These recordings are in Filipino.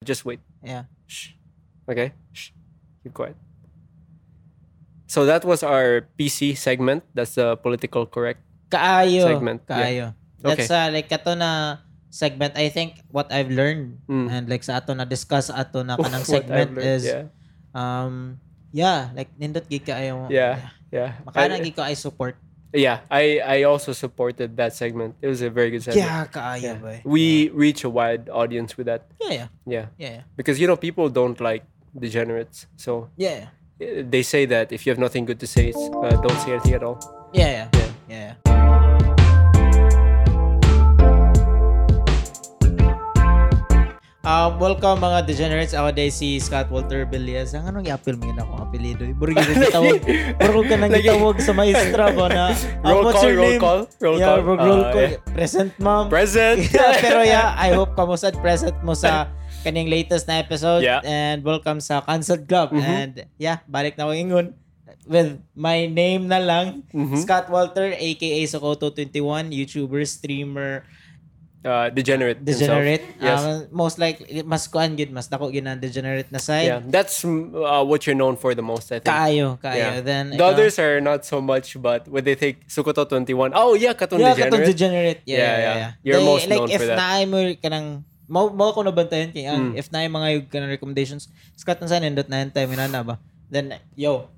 Just wait. Yeah. Shh. Okay. Shh. Keep quiet. So that was our PC segment. That's the political correct. Kaayo. Segment, yeah. Kaayo. Okay. That's uh, like ato na segment I think what I've learned Mm. and like sa ato na discuss ato na What I've kanang segment learned, is yeah, um yeah like nindot gid kaayo. Yeah. yeah. I- Makana gid ko ay support. yeah, I I also supported that segment. It was a very good segment. Yeah, kaayo Yeah. ba. We reach a wide audience with that. Yeah, yeah. Yeah. Yeah, yeah. Because you know people don't like degenerates. So Yeah, eh, yeah. they say that if you have nothing good to say, it's, uh, don't say anything at all. Yeah, yeah. Yeah. Yeah, yeah. Um, welcome mga degenerates. Ako day si Scott Walter Villas. Ang anong i-appeal mo yun akong apelido? eh. Buro ka nang gitawag. Buro ka nang Lagi- gitawag sa maestra ba na um, Roll what's call, your roll name? call, roll yeah, call. bro, roll Ah, call. yeah. Present ma'am. Present. Yeah, pero yeah, I hope kamusad present mo sa kaning latest na episode Yeah. and welcome sa Cancelled Club. Mhm. And yeah, balik na ko ingon with my name na lang, Mhm. Scott Walter aka Sokoto21, YouTuber, streamer, uh, degenerate. degenerate. Himself. Yes. Um, most likely mas kuan gid mas dako gid ang degenerate na yeah, side. that's mm, uh, what you're known for the most, I think. Yeah. Kaayo, kaayo. Then the ikaw- others are not so much, but when they think Sukoto 21, oh yeah, Katun yeah, katong degenerate. degenerate. Yeah, Yeah, yeah, yeah. yeah. You're most like, known if for that. naay mo kanang mo mo ko nabantayan kay ang Mm. if naay mga yung kanang recommendations skat na sa nindot na time na na ba then yo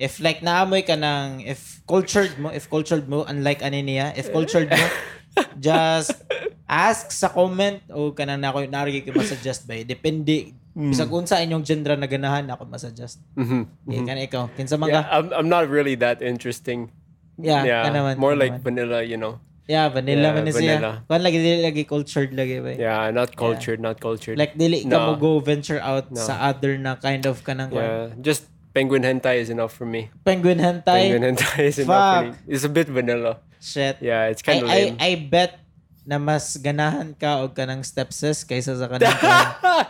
if like naamoy ka ng if cultured mo if cultured mo unlike ani niya if cultured mo just ask sa comment o kanang na ako narigi ko masuggest ba depende Mm. bisag unsa inyong gender na ganahan ako masuggest Mhm, okay mhm. kana ikaw kinsa man ka Yeah, I'm, I'm not really that interesting. yeah, ka naman, more ka like naman. vanilla, you know. yeah Yeah, vanilla man vanilla. siya kan lagi dili lagi cultured lagi ba Yeah, not cultured, not cultured. Like dili ka No. mo go venture out No. sa other na kind of kanang yeah. yeah, just penguin hentai is enough for me. penguin hentai. penguin hentai is enough for me. Fuck. It's a bit vanilla. Shit. Yeah, it's I, kind of I, lame. I bet na mas ganahan ka og kanang stepsis kaysa sa kanang kanang-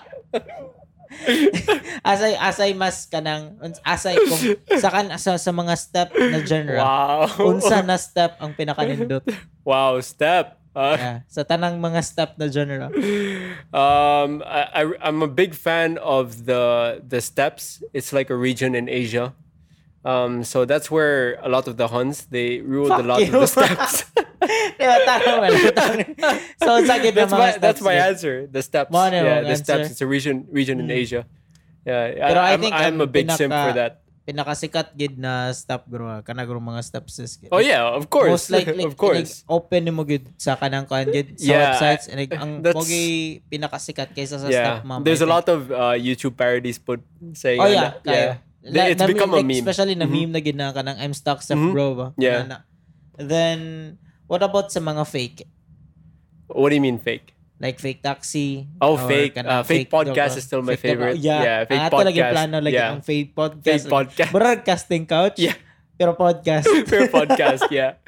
asay asay mas kanang asay kung sa kan sa, sa mga step na genre. wow. Unsa na step ang pinakanindot? wow, step. Uh, Yeah. Sa tanang mga step na genre. Um, I, I I'm a big fan of the the steppes. It's like a region in Asia. Um, so that's where a lot of the Huns they ruled a Fuck lot of you. the steppes. Diba, tanong wala. tanong- So, unsa gid na that's mga my steps? that's my gid? answer. The steppes. Mo na Yeah, yung the steppes. answer. Mm. It's a region region in Asia. Yeah, Pero I I, I'm, think I'm a ang big simp for pinaka- that. Pinakasikat gid na step grow kana grow mga stepsis gid. Oh yeah, of course, most likely of course. kinig- open ni mo gid sa kanang kuan gid sa Yeah, websites and ang that's- mogi pinakasikat kaysa sa yeah, stepmom. there's I a lot of uh, YouTube parodies put saying. think. uh, Oh yeah, kaya. They- it's become a meme. Especially na Mhm. meme na gid na kanang I'm stuck sa Mhm. bro ba. Yeah. Kana na. Then what about sa mga fake? What do you mean fake? Like fake taxi. Oh, or fake, uh, kanang fake podcast joke, is still my fake joke. favorite. Yeah. Yeah, fake ang ato lagi podcast. plano lagi Yeah. ang fake podcast. Fake podcast. Broadcasting couch. Yeah. Pero podcast. Fair podcast, yeah.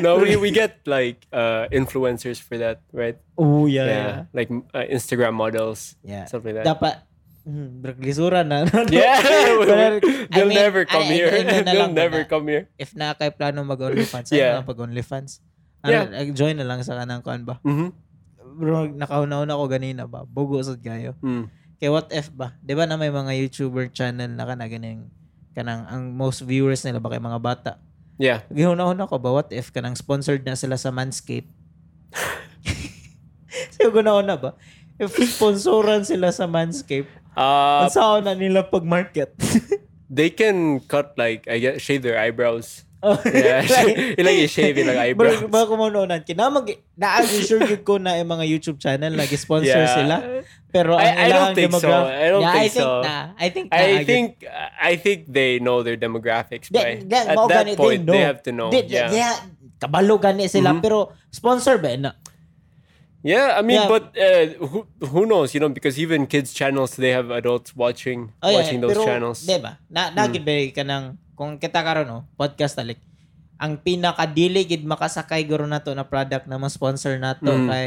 No, we, we get like uh, influencers for that, right? Oh, yeah. Yeah, yeah. like uh, Instagram models, Yeah. stuff like that. dapat hmm, berglisura na. yeah, Pero, I they'll mean, never come ay, ay, here. ay, na- na they'll lang ba never na? come here. If na kay plano mag-OnlyFans, Yeah. yeah. ano pag OnlyFans? Ano, Yeah. eh, join na lang sa kanang kuan ba? Mm-hmm. Bro, nakauna-una ko ganina ba? Bugo sad kayo. Mm. Kay what if ba? 'Di ba na may mga YouTuber channel na kana ganing kanang ang most viewers nila ba kay mga bata. Yeah, Gihuna-huna ko ba what if kanang sponsored na sila sa Manscaped? so, guna-una ba? If sponsoran sila sa Manscaped, uh, ang sao na nila pag-market? they can cut like I guess shave their eyebrows. Yeah, like you shave yung eyebrows. Bro, baka mo noonan, kinamag, na-assure yun ko na yung mga YouTube channel, nag-sponsor Yeah. sila. Pero ang I- I don't ilang think so. demogra- I don't yeah, think I think so. Na, I think na. I agad. think I think they know their demographics. by- They- they- At mao that gani, they point, they know. have to know. They- yeah. they- kabalo gani sila, Mhm. pero sponsor ba? Na, Yeah, I mean, Yeah. but uh, who who knows, you know, because even kids' channels they have adults watching oh, yeah, watching those pero, channels. Mm. Di ba? Na, nagid ba ka ng, kung kita karon no, podcast talik, ang pinakadili gid makasakay guro nato na product na ma-sponsor nato Mm. kay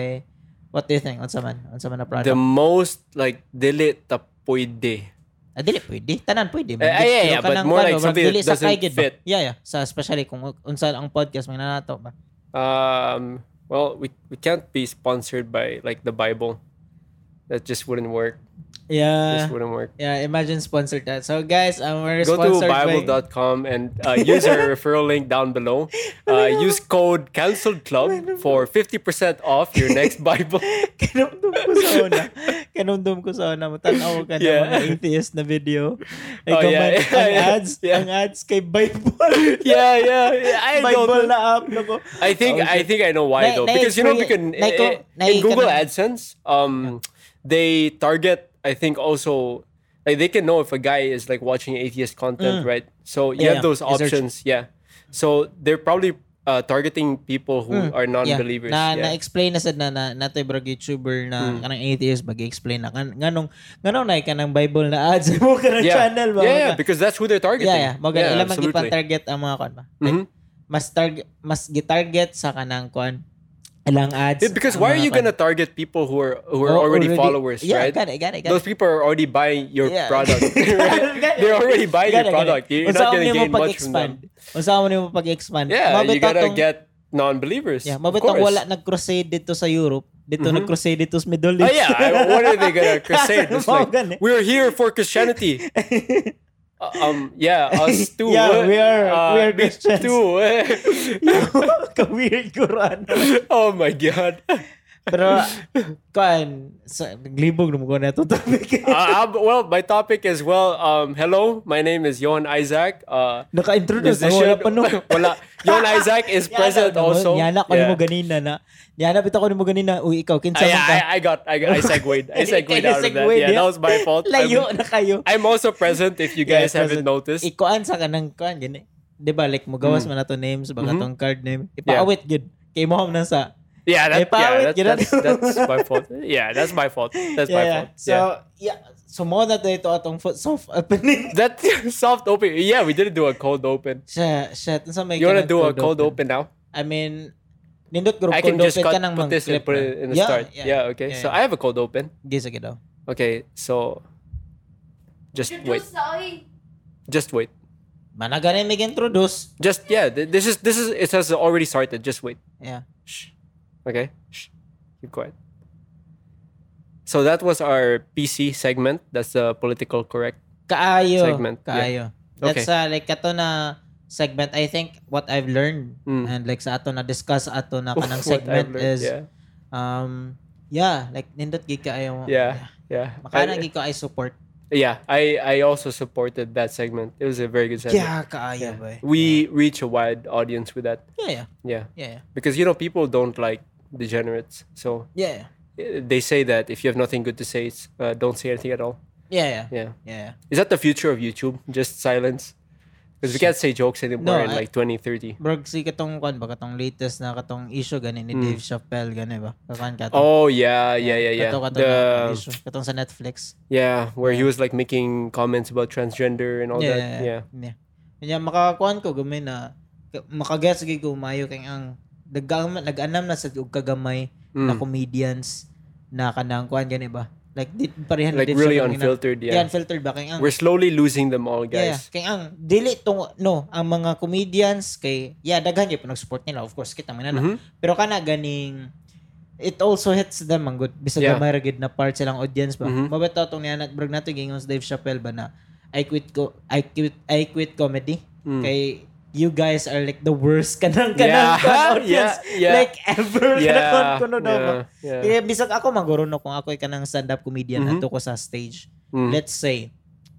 what do you think? Unsa man? Unsa man na The product? most like dili ta pwede. Ah, dili pwede. Tanan pwede. Eh, ah, yeah, Dili yeah, ka oh, but nang more kuwan, like bro. something that Dili sa doesn't kaigid ba? fit. Yeah, yeah. Sa especially kung unsa ang podcast may nanato ba. Um, well, we we can't be sponsored by like the Bible. That just wouldn't work. Yeah. Just wouldn't work. Yeah, imagine sponsored that. So guys, um, we're Go to sponsored by... bible.com and uh, use our referral link down below. Uh, use code Cancelled Club for 50% off your next Bible. Kanumdum ko sa una. Kanumdum ko sa una. Matanaw ka Yeah. ng mga atheist na video. Ay, Oh, yeah, comment- yeah, ang yeah, ads, yeah. ang ads kay Bible. yeah, yeah, yeah. I don't know. Bible na app na ko. I think Oh, I shit. think I know why Na- though na- because you know na- because in, na- ko- na- in Google ka na- AdSense um they target I think also like they can know if a guy is like watching atheist content right so you Mm. Yeah, have those yeah. Research. options yeah so they're probably uh, targeting people who Mm. are non-believers yeah, Na, Hmm. yeah. Na-explain na sad na, na natoy brog YouTuber na kanang atheist, mag-explain na. Kan, nganong, nganong na kanang Bible na ads mo ka ng yeah. channel ba? yeah, Mga- because that's who they're targeting Yeah, yeah. Mga yeah, ilang man absolutely. target ang mga kon ba? Like, Mhm. mas target mas gitarget sa kanang kon ilang ads. Yeah, because ang why are mga you kon. gonna target people who are who are Oh, already, followers yeah, right Got it, got it, got those it. people are already buying your Yeah. product. right? Got it. They're already buying Got your it, got it. product. You're Unsa not man gonna nimo gain much from pag-expand? them. Unsa man nimo pag-expand? Yeah, you Mabitaw gotta tong- get non-believers. Yeah, of mabitaw course. Mm-hmm. wala nag-crusade dito sa Europe. Dito nag-crusade dito sa Middle Oh East. yeah, I- what are they gonna crusade? It's Mga like, ganun. we're here for Christianity. Uh, um, yeah, us too. eh. Uh, Yeah, we are- we me are Christians. Too. Ka-weird ko rin. oh my god. Pero, kan, sa, naglibog naman ko na ito topic. Uh, um, well, my topic is well. Um, hello, my name is Johan Isaac. Uh, Naka-introduce. musician. Ako, wala pa nun. Wala. Johan Isaac is present also. Yana ko Yeah. Ah, mo ganina na. Yana bitaw ko mo ganina. Uy, ikaw I, kinsa man ka. I, I got I, I segued I segued out of that. Segued, Yeah, yeah. that was my fault. Layo I'm, na kayo. I'm also present if you guys haven't noticed. Ikuan sa kanang kuan gani. 'Di ba like Mm. mugawas man nato names baka Mm-hmm. tong card name. Ipaawit gid. Kay mo na sa. Yeah, that, Eh, pawit, yeah, you that, know? that's, that's my fault. Yeah, that's my fault. That's my Yeah, yeah. fault. So, yeah. So mo na to ito atong fo- soft opening. That soft open. Yeah, we didn't do a cold open. Siya, siya. Unsa may You wanna do kanang a cold open now? I mean, nindot group I cold can just open cut ka nang put mang this and clip put na. it in the Yeah, start. Yeah, okay. Yeah, So I yeah. have a cold open. Gisa ka daw. Okay, so just wait. Sorry. Just wait. Managani mig introduce. Just yeah. th- This is this is it has already started. Just wait. Yeah. Shh. Okay. Shh. Keep quiet. So that was our PC segment. That's the political correct. Kaayo. Segment, yeah. Kaayo. Okay. That's uh, like ato na segment I think what I've learned Mm. and like sa ato na discuss ato na What kanang I've segment learned, is yeah, um yeah like nindot gid kaayo mo. yeah, yeah. Makana I- gid ko ay support. Yeah, I I also supported that segment. It was a very good segment. Yeah, kaayo ba. eh? We reach a wide audience with that. Yeah, yeah. Yeah, Yeah. because you know people don't like degenerates, so Yeah. yeah. eh, they say that if you have nothing good to say, it's, uh, don't say anything at all. Yeah, yeah. Yeah, Yeah. is that the future of YouTube? Just silence, because we can't say jokes anymore No, in I- like 2030. Bro, si katong kwan ba katong latest na katong issue gani ni Dave Chappelle gani ba? Kakan ka Hmm. to. Oh yeah, yeah, yeah, yeah. Kato, kato na The issue. Katong sa Netflix. yeah, where he was like making comments about transgender and all yeah, that. Yeah, Yeah. Kanya makakuan ko gamay na ka- makagets gid ko mayo kay ang nag-anam nag-anam na sa og kagamay na Mm. comedians na kanang kuan gani ba? Like di, parehan like din really siya ng ina- unfiltered. Yeah, Yeah, unfiltered ba kay ang we're slowly losing them all, Yeah, guys. kay ang dili tong no ang mga comedians kay yeah daghan gyud nag-support nila of course kita man na. Mhm. Pero kana ganing it also hits them ang good bisag Yeah. yeah. gid na part silang audience ba. Mhm. Mabata tong niya brag nato gingon sa Dave Chappelle ba na I quit ko I quit I quit comedy Mm. kay you guys are like the worst kanang kanang Yeah. kanang audience Yeah, yeah. like ever kanang kuno daw ba. yeah, Kaya bisag ako maguro no kung ako kanang stand up comedian Mhm. nato ko sa stage. Mm. Let's say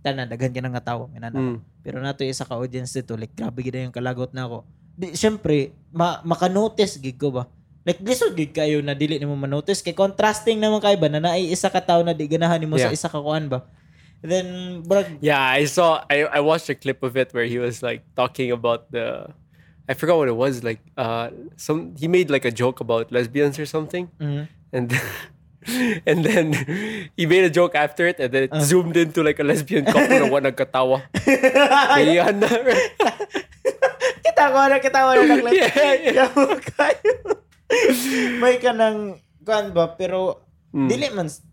tanan daghan ka na nga tawo minana Mm. pero nato isa ka audience dito, like grabe gid na yung kalagot na ako. Di, syempre, ma makanotice gig ko ba? Like lisod gig kayo na dili nimo manotice kay contrasting naman kay ba na naay isa ka tao na di ganahan nimo Yeah. sa isa ka kuan ba? Then brag Yeah, I saw. I, I watched a clip of it where he was like talking about the, I forgot what it was. Like, uh, some he made like a joke about lesbians or something, Mhm. and and then he made a joke after it, and then Uh-huh. it zoomed into like a lesbian couple na wala nagkatawa. Ah, Ayan na. kita ko na kita ko na lang like, Yeah, yeah. yawa kayo. May kanang kuan ba pero Mm. dili man s-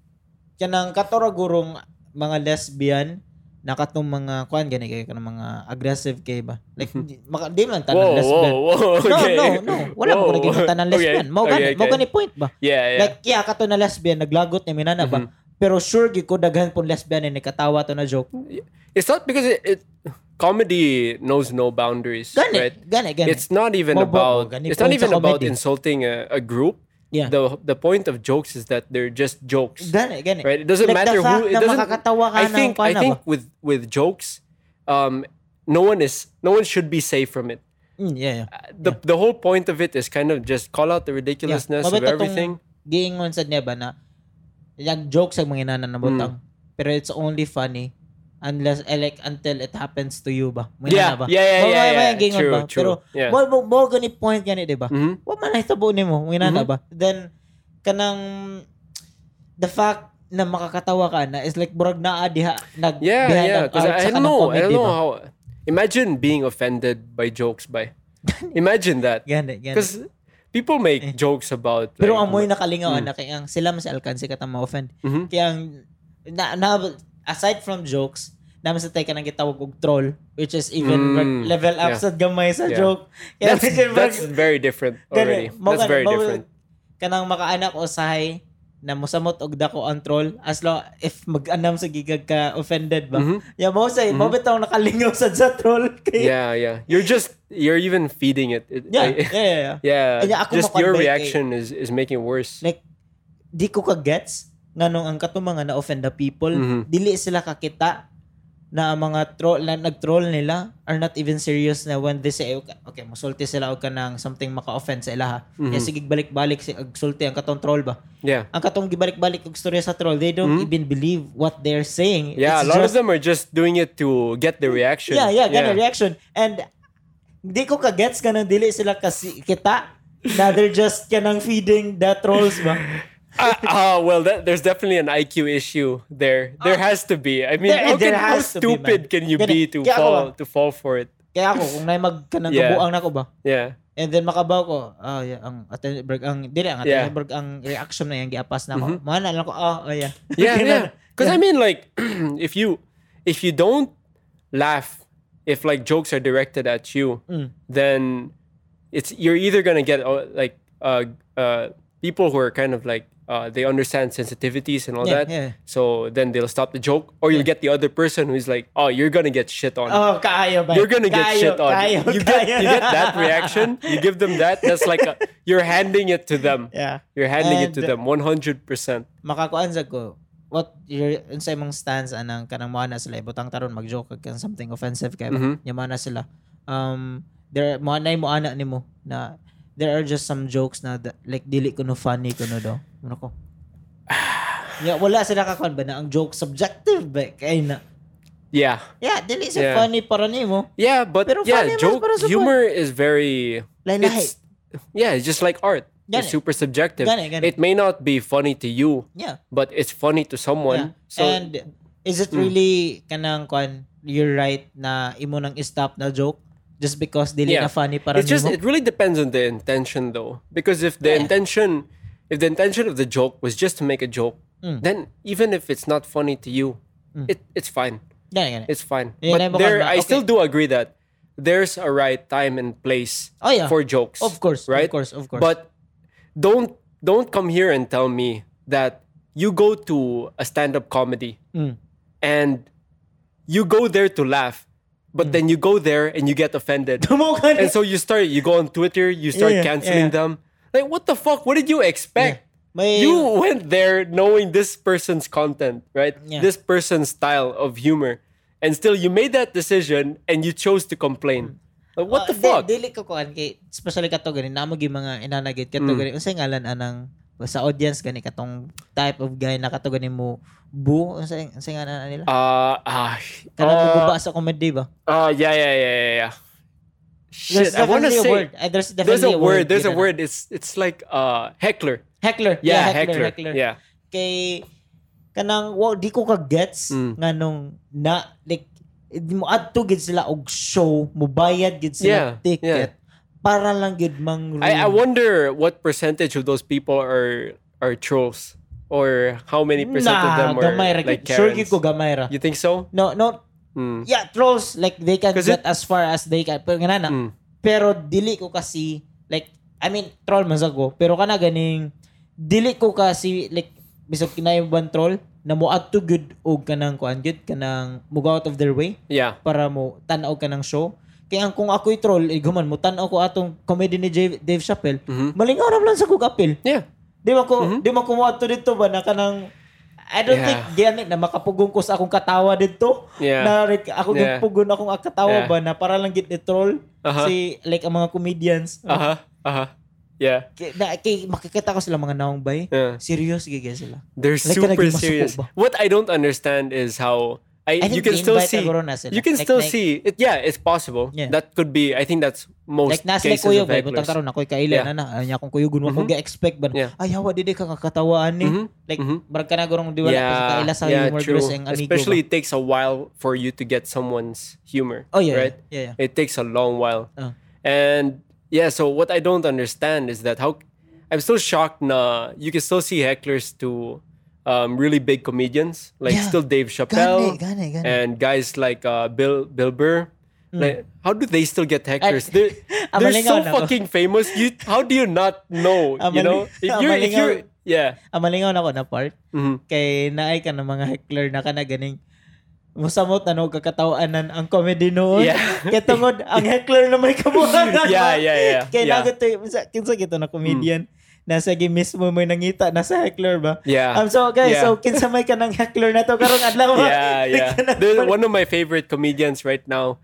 kanang katoragurong mga lesbian nakatong mga kuan gani kay kanang mga aggressive kay ba. Like di, maka, di man Hmm. Whoa, tanang lesbian. whoa, whoa. Okay. No, no, no. Wala Whoa. ko naging tanang Okay, lesbian. Mao gani, okay, mao okay. gani point ba? Yeah, Mm-hmm. yeah. Like, yeah, kato na lesbian, naglagot ni Minana ba? Pero sure gyud ko daghan pun lesbian ni katawa to na joke. It's not because it, it comedy knows no boundaries, Gani, right? gani, gani. It's not even Mobo, about gani it's not po sa even about comedy. insulting a, a group. Yeah. The the point of jokes is that they're just jokes. gani, gani. right? It doesn't Like, matter the fact who it na doesn't makakatawa ka I ng think I pana think ba? with with jokes um no one is no one should be safe from it. Uh, Mm, yeah, yeah. The the whole point of it is kind of just call out the Yeah. ridiculousness of Mabait na tong everything. Giingon sa niya ba na yung joke sa mga inanan na Hmm. butang. Pero it's only funny unless eh, like until it happens to you ba. Mga Yeah, inana ba? yeah, yeah, yeah, Mga- mga- mga yeah. giingon True, ba? true. Pero Yeah. mo mo mo gani point gani di ba? Mhm. Wa man ay tabo nimo, mga inana ba? Mm-hmm. Then kanang the fact na makakatawa ka na is like burag naa diha nag Yeah, behind yeah. ang Because art sa I don't kanang know. I comedy don't know ba? how. Imagine being offended by jokes by. imagine that. Gani, gani. Because people make jokes about. Eh. Pero like, mm. amoy nakalingaw na kaya ang sila mas alcance ka tama offend. Mhm. Kaya ang na, na- aside from jokes, naman sa tayo ka nang gitawag og troll which is even Mm, like, level up yeah. sa gamay sa Yeah. joke. Kaya that's, that's very different already. That's very different. Kanang makaanak o sahay na musamot og dako ang troll as long if mag-anam sa gigag ka offended ba. Mhm. Yeah, mo say mo bitaw nakalingaw sad sa troll kay. Yeah, yeah. You're just you're even feeding it. It- Yeah, I- yeah, yeah, yeah. yeah. Kaya ako Just your makonvey kay- reaction is is making it worse. like di ko ka gets nganong ang kato mga na offend the people Mhm. dili sila kakita na ang mga troll na nag-troll nila are not even serious na when they say okay, okay musulti sila og kanang something maka-offend sa ilaha Mhm. mm sige balik-balik si og sulti ang katong troll ba Mm-hmm. Yeah. ang katong gibalik-balik og storya sa troll they don't even believe what they're Mhm. saying Yeah, a It's lot just- of them are just doing it to get the reaction. Yeah, yeah, ganun reaction. And di ko ka gets ganun dili sila kasi kita na they're just kanang feeding the trolls ba. Ah, ah, well, that, there's definitely an IQ issue there. There has to be. I mean, how, Ah, There- there can, how has to be, stupid man. can you Ganun. be to Kaya ako fall ba? to fall for it? Kaya ako, kung naay magkanang Yeah. kabuang na ko ba, Yeah, and then makabaw ko, ah, yeah, ang Attenberg, ang, dili, ang Yeah. Mm-hmm. Attenberg, ang reaction na yan, giapas na ako. Mga na lang ko, ah, oh, yeah. yeah, Ganun. yeah. Because I mean, like, if you if you don't laugh, if like jokes are directed at you, Mm. then it's you're either gonna get uh, like uh, uh, people who are kind of like uh, they understand sensitivities and all that. Yeah, yeah. So then they'll stop the joke, or you'll get the other person who's like, "Oh, you're gonna get shit on." Oh, kaayo ba? you're gonna get Kaayo, shit on. Kaayo, you kaayo. get you get that reaction. You give them that. That's like a, you're handing it to them. Yeah. You're handing it to And- them. One hundred percent. Makakuan sa ko, what your unsa imong stance anang kanang mga na sila ibutang taron magjoke kag kan something offensive kay Mhm. nya mga na sila um there mga na mo ana nimo na there are just some jokes na da- like dili kuno funny kuno daw ano ko yeah wala sila kakuan ba na ang joke subjective ba kay na Yeah, yeah dili Yeah. siya funny para nimo yeah, but Pero funny yeah, mas joke para sa humor is very. lahi-lahi It's, yeah, it's just like art. Gani. It's super subjective. Gani, gani. It may not be funny to you, yeah but it's funny to someone. Yeah. So mm. and is it really kanang kwan you're right na imo nang stop na joke just because dili Yeah. na funny para it's just nimo it really depends on the intention, though, because if the Yeah. intention, if the intention of the joke was just to make a joke, Mm. then even if it's not funny to you, it, it's fine. Gani, gani. It's fine. Mm. Yeah, but naiba ka there, ba? I Okay. still do agree that there's a right time and place Oh, yeah. for jokes. Of course, of right? course, of course. But don't don't come here and tell me that you go to a stand-up comedy Mm. and you go there to laugh, but Mm. then you go there and you get offended. Tumaw ka and na. so you start you go on Twitter, you start Yeah, canceling them. Like what the fuck? What did you expect? May- You went there knowing this person's content, right? Yeah. This person's style of humor. And still you made that decision and you chose to complain. Like, what the Oh, fuck? Di, dili ko kuan kay especially kato gani namo gyud mga Mm. inanagit kato gani unsay ngalan anang sa audience gani katong type of guy na kato gani mo bu unsay unsay ngalan nila? uh, ah, Kanang uh, guba sa comedy ba? uh, yeah, yeah, yeah, yeah, yeah. Shit, I want to definitely a say word. Ah, there's there's a definitely word. There's a yun na. word. It's it's like uh heckler. Heckler. Yeah, heckler, heckler, heckler. Yeah, Kay kanang wow, di ko ka gets Mm. nganong na like di mo adto gid sila og show, mo bayad gid Yeah, sila ticket yeah. para lang gid mang I, I room. wonder what percentage of those people are are trolls, or how many percent of them are gamay ra like gyud. Sure gyud Karens. ko gamay ra. You think so? No, no. Mm. Yeah, trolls like they can 'Cause get as far as they can. Pero ganana. Mm. Pero dili ko kasi like I mean troll man sa ko, pero kana ganing dili ko kasi like bisag kinay ban troll na moadto good og kanang kuan gyud kanang move out of their way Yeah. para mo tan-aw ka ng show. Kaya ang kung ako'y troll, eh, guman mo, tan-aw ko atong comedy ni Dave, Dave Chappelle, Mm-hmm. malingaw na lang sa kong appeal. Yeah. Mm-hmm. Di ba ko, di ba kumuha to dito ba na kanang, I don't Yeah. think ganit na makapugong ko sa akong katawa dito. Yeah. Na like, ako Yeah. pugon akong Yeah. katawa ba na para lang git troll Aha. si like ang mga comedians. Uh-huh. Uh-huh. Yeah. Kay, na, kay, makikita ko sila mga naong bay. Yeah. Serious gigay sila. They're Like, super talagang masuko serious. ba? What I don't understand is how I, I you can think still i-invite see siguro na sila. you can Like, still like- see it. Yeah, it's possible. Yeah. That could be. I think that's most Like nasa cases like kuyo of ba, butang hecklers. karon ako'y kaila Yeah. Mm-hmm. na na, ano niya akong kuyo, gunwa ko ga-expect ba, na, Yeah. ay hawa, di di ka kakatawaan ni. Mhm. Like, Mhm. barag ka na gurong di wala pa sa kaila sa humor true. girls ang amigo. Especially ba? it takes a while for you to get someone's humor. oh yeah, Right? yeah, yeah. It takes a long while. Oh. And yeah, so what I don't understand is that how I'm still shocked na you can still see hecklers to um, really big comedians like Yeah. still Dave Gani, Chappelle gani, gani. and guys like uh, Bill Bill Burr. Like how do they still get hecklers? Hmm. Ay, They're, they're ang so malingaw na ako. fucking famous. You how do you not know? Ang you know? mali- If ang you're if malingaw. you're yeah. Ang Ah, malingaw na ko na part, Mhm. kay naay ka ng mga heckler na ka na ganing, musamot ano, na no, kakatawanan ang comedy noon. Yeah. Kaya tungod, ang heckler na may kabuhan. Yeah, yeah, yeah. Kaya yeah. Mm. nagot to, kinsa, kinsa gito na comedian, nasa game mismo may nangita, nasa heckler ba? Yeah. Um, so, guys, Yeah. so kinsa may ka ng heckler na to, karong adlaw ba? yeah, Di ka yeah. na- There's one of my favorite comedians right now.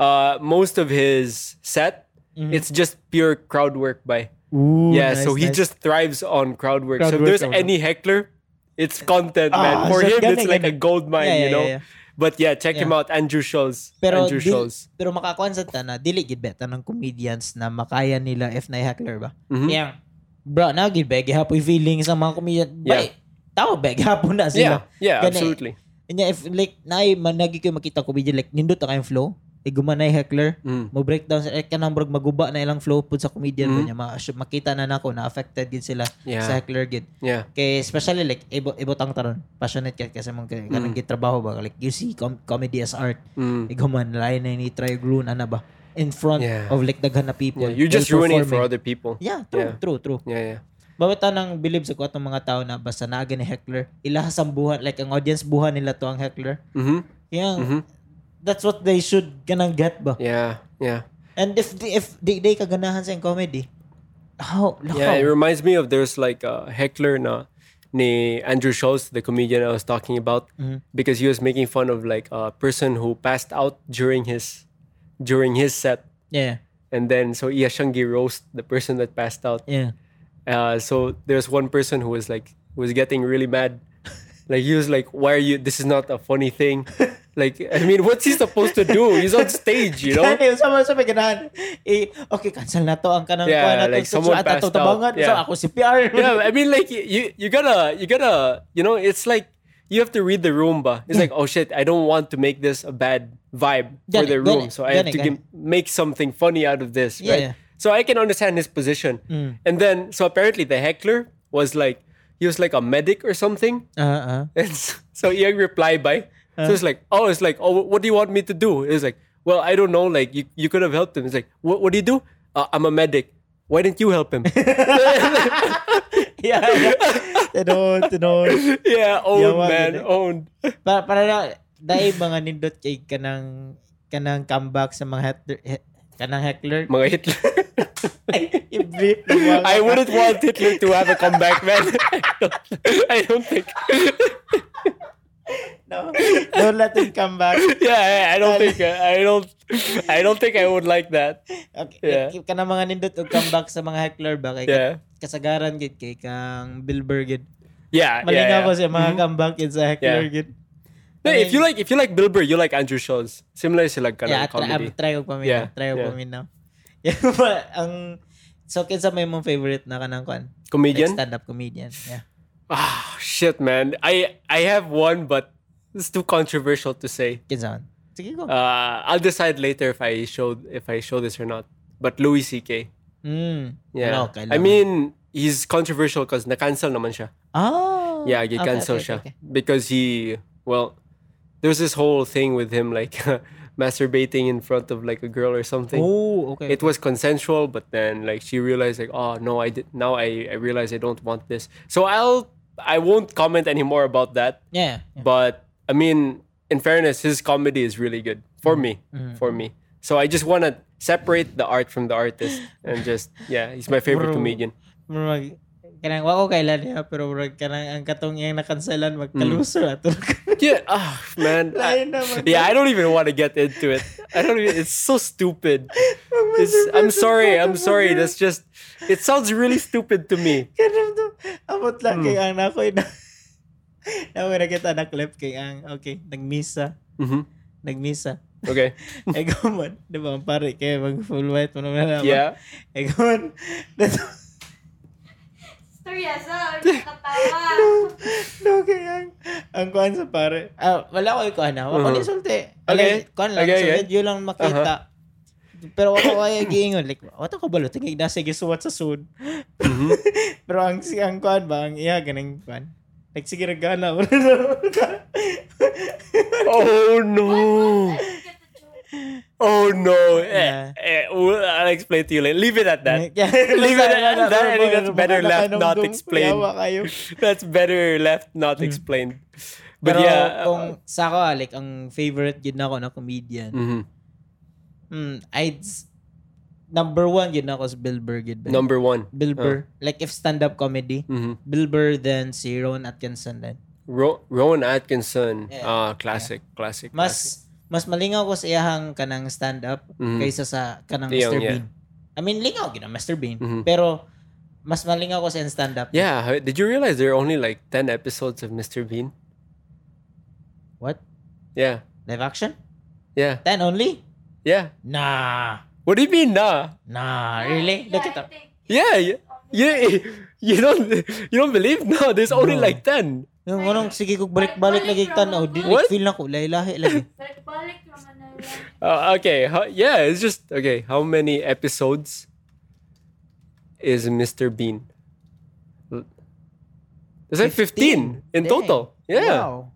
Uh, most of his set, it's just pure crowd work by. Mm-hmm. Ooh, yeah, nice, so he nice. just thrives on crowd work. Crowd so if work, there's crowd any heckler, it's content, man. Ah, For so him, ganun, it's like a ganun. gold mine, Yeah, yeah, you know. yeah, yeah. But yeah, check him out, Yeah. Andrew Schulz. Pero Andrew dil- Schulz. pero makakuan sa tana, dili gid beta ng comedians na makaya nila if na heckler ba. Mhm. Yeah. Bro, na gid ba gihapoy feelings ang mga comedian. Bay, tao ba gihapon na Yeah, sila. yeah, Gani. absolutely. Nya if like naay managi ko makita comedian like nindot ta kayong flow, igumanay heckler, Mm. mo breakdown sa eh, kanang brog maguba na ilang flow pud sa comedian ba niya ma- asy- makita na nako na affected gid sila Hmm? Yeah. sa heckler gid. Yeah. Kay especially like ibo ibotang taron, passionate ka kasi mong kay- kanang gitrabaho ba like you see com- comedy as art. Mm. Ikaw man, lain na ni try grown ana ba? In front Yeah. of like daghan na people. Yeah, you're just ruining it for performing. other people. Yeah, true, Yeah. true, true. Yeah, yeah. Bawat nang believe sa kuwat ng mga tao na basta naaga ni heckler, ilahas ang buhan, like ang audience buhan nila to ang heckler. Mm-hmm. Kaya, that's what they should ganang get ba? Yeah, yeah. And if they, if they, they kaganahan sa yung comedy, how, Yeah, it lakaw. reminds me of there's like a heckler na ni Andrew Schultz, the comedian I was talking about, because he was making fun of like a person who passed out during his during his set, Yeah, and then so Iyashangi roast the person that passed out. yeah. Uh, so there's one person who was like who was getting really mad. Like he was like, "Why are you? This is not a funny thing." like I mean, what's he supposed to do? He's on stage, you know. Kani, sama sa ganahan. Eh, okay, cancel na to ang kanang Yeah, kuha na to. like So, someone at ato passed out. tabangan. So, Yeah. ako si PR. yeah, I mean, like you- you, you gotta, you gotta, you know, it's like you have to read the room, but it's like, Hmm. oh shit, I don't want to make this a bad vibe for Got the it, got room, it, so I have got to it, got gi- make something funny out of this, Yeah, right? yeah. Hmm. So I can understand his position, and then so apparently the heckler was like, he was like a medic or something, Ah, ah. and so, so Ian replied by, so Uh-huh. it's like, oh, it's like, oh, what do you want me to do? It's like, well, I don't know. Like, you, you could have helped him. It's like, what, what do you do? Uh, I'm a medic. Why didn't you help him? yeah. Tinod, tinod. yeah, owned, Yawa, man, medic. owned. Para, para na, dahil mga nindot kay kanang kanang comeback sa mga heckler, he- kanang heckler. Mga Hitler. Ay, i-brief mo mga- I wouldn't want Hitler to have a comeback, man. I don't, I don't think. No, don't let him come back. Yeah, I, I don't think. uh, I don't. I don't think I would like that. Okay, Yeah. yeah. kanang mga nindot og comeback sa mga heckler ba kay Yeah. kasagaran gid kay kang Bill Burr gid. Yeah, yeah, yeah. Malingaw ko sa mga comeback gid sa Yeah. heckler gid. No, if you like, if you like Bill Burr, you like Andrew Schultz. Similar sila ka yeah, Yeah, try, comedy. I'm, try ko Yeah, paminaw. Try ko yeah. paminaw. Yeah, but ang so kinsa may mong favorite na kanang kwan? Like Comedian. stand-up comedian. Yeah. Ah, shit, man. I I have one, but it's too controversial to say. Kinsa man? Sige go. Uh, I'll decide later if I show if I show this or not. But Louis C.K. Mm. Yeah. Ano, I kailangan- mean, he's controversial because na-cancel naman siya. Ah. Yeah, he cancel siya. Because he, well, there's this whole thing with him like masturbating in front of like a girl or something. Oh, okay. It was consensual, but then like she realized like, oh no, I did now I, I realize I don't want this. So I'll I won't comment anymore about that. Yeah. yeah. But I mean, in fairness, his comedy is really good for me. Mm-hmm. For me. So I just want to separate the art from the artist and just yeah, he's my favorite Bro. comedian. Murag, kanang wako kailan niya, pero murag kanang ang katong iyang nakanselan, magkaluso mm. ato. Yeah, ah man. I- Lain Hmm. naman. yeah, I don't even want to get into it. I don't even. It's so stupid. It's, I'm sorry. I'm sorry. That's just. It sounds really stupid to me. Ganun to. Hmm. Amot lang kay ang nakoy na. Nakoy na kita na clip kay ang, okay, nagmisa. Mhm. Nagmisa. Okay. Ego ah. man, di ba, ang pare, kaya mag full white mo naman naman. Yeah. Ego man, dato, Storya ah, sa, nakatawa. no, kaya ang, ang kuhan sa pare. Ah, wala ko yung kuhan na. Wala ko Mhm. insulte. Okay. Wala, kuhan lang, Okay, sa okay. Uh-huh. video lang makita. Pero wala ko kaya giingon. Like, wala ko balo, tingig na, sige, suwat sa sud. Mhm. Pero ang si ang kuan ba ang iya ganang kuan. Like sige regala wala na. Oh no. Oh no. Yeah. Eh, eh, well, I'll explain to you later. Leave it at that. Yeah, Leave it at wala, that. I think that's wala, better wala, left wala, not wala, explained. yawa kayo. That's better left not explained. But Hmm. Pero yeah. uh, kung sa ako ah, like ang favorite gid na ako na comedian. mhm. Mm, I'd s- number one gid na ako si Bill Burr gid. ba? Number one. Bill Burr. Like if stand up comedy, Mhm. Bill Burr then si Ron Atkinson then. Ro- Rowan Atkinson. Yeah. Ah, classic, classic. classic. Mas mas malingaw ko sa iyahang kanang stand up Mhm. kaysa sa kanang Iyang, Mr. yeah. Bean. I mean, lingaw gina Mr. Bean, Mhm. pero mas malingaw ko sa iyang stand up. Yeah, did you realize there are only like 10 episodes of Mr. Bean? What? Yeah. Live action? Yeah. Ten only? Yeah. Nah. What do you mean, nah? Ah, Nah, really? Look it Yeah, I up. think- um, Yeah. You, you, you don't you don't believe? No, there's only No. like 10. Yung anong sige kog balik-balik lagi Balik-balik tanaw, raw di ako. like, feel na ko lahi-lahi lagi. Balik-balik naman na lang. Uh, okay. How, yeah, it's just okay. How many episodes is Mr. Bean? Is it 15 in Dang. total? Yeah. Wow.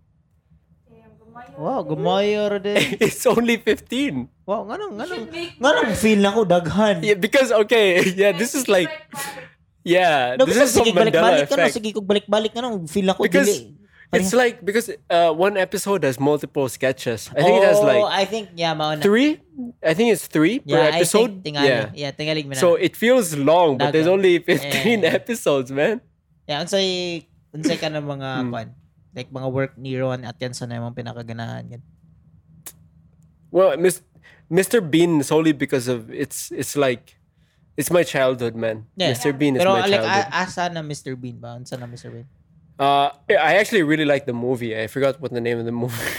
Kaya gumayo. Wow, gumayo ra din. It's only 15. Wow, nganong nganong should make nganong feel na ko daghan. Yeah, because okay, yeah, this is like Balik-balik. yeah, No, this kasi is some sige Mandela balik-balik ano, effect. sige kog balik-balik nganong feel na ko Because dili. It's like because uh, one episode has multiple sketches. I think it has Oh, like I think yeah, mao na. three. I think it's three Yeah, per episode. I think tingali. Yeah, yeah tingali man. So it feels long, but there's Dagan. only 15 Yeah. episodes, man. yeah, unsay unsay ka ng mga Hmm. kwan? Like mga work ni Ron Atkinson na imong pinakaganahan gid. Well, Miss, Mr. Bean solely because of it's it's like it's my childhood, man. Yeah. Mr. Bean is Pero my like childhood. a- asa na Mr. Bean ba? Unsa na Mr. Bean? uh, I actually really like the movie. I forgot what the name of the movie.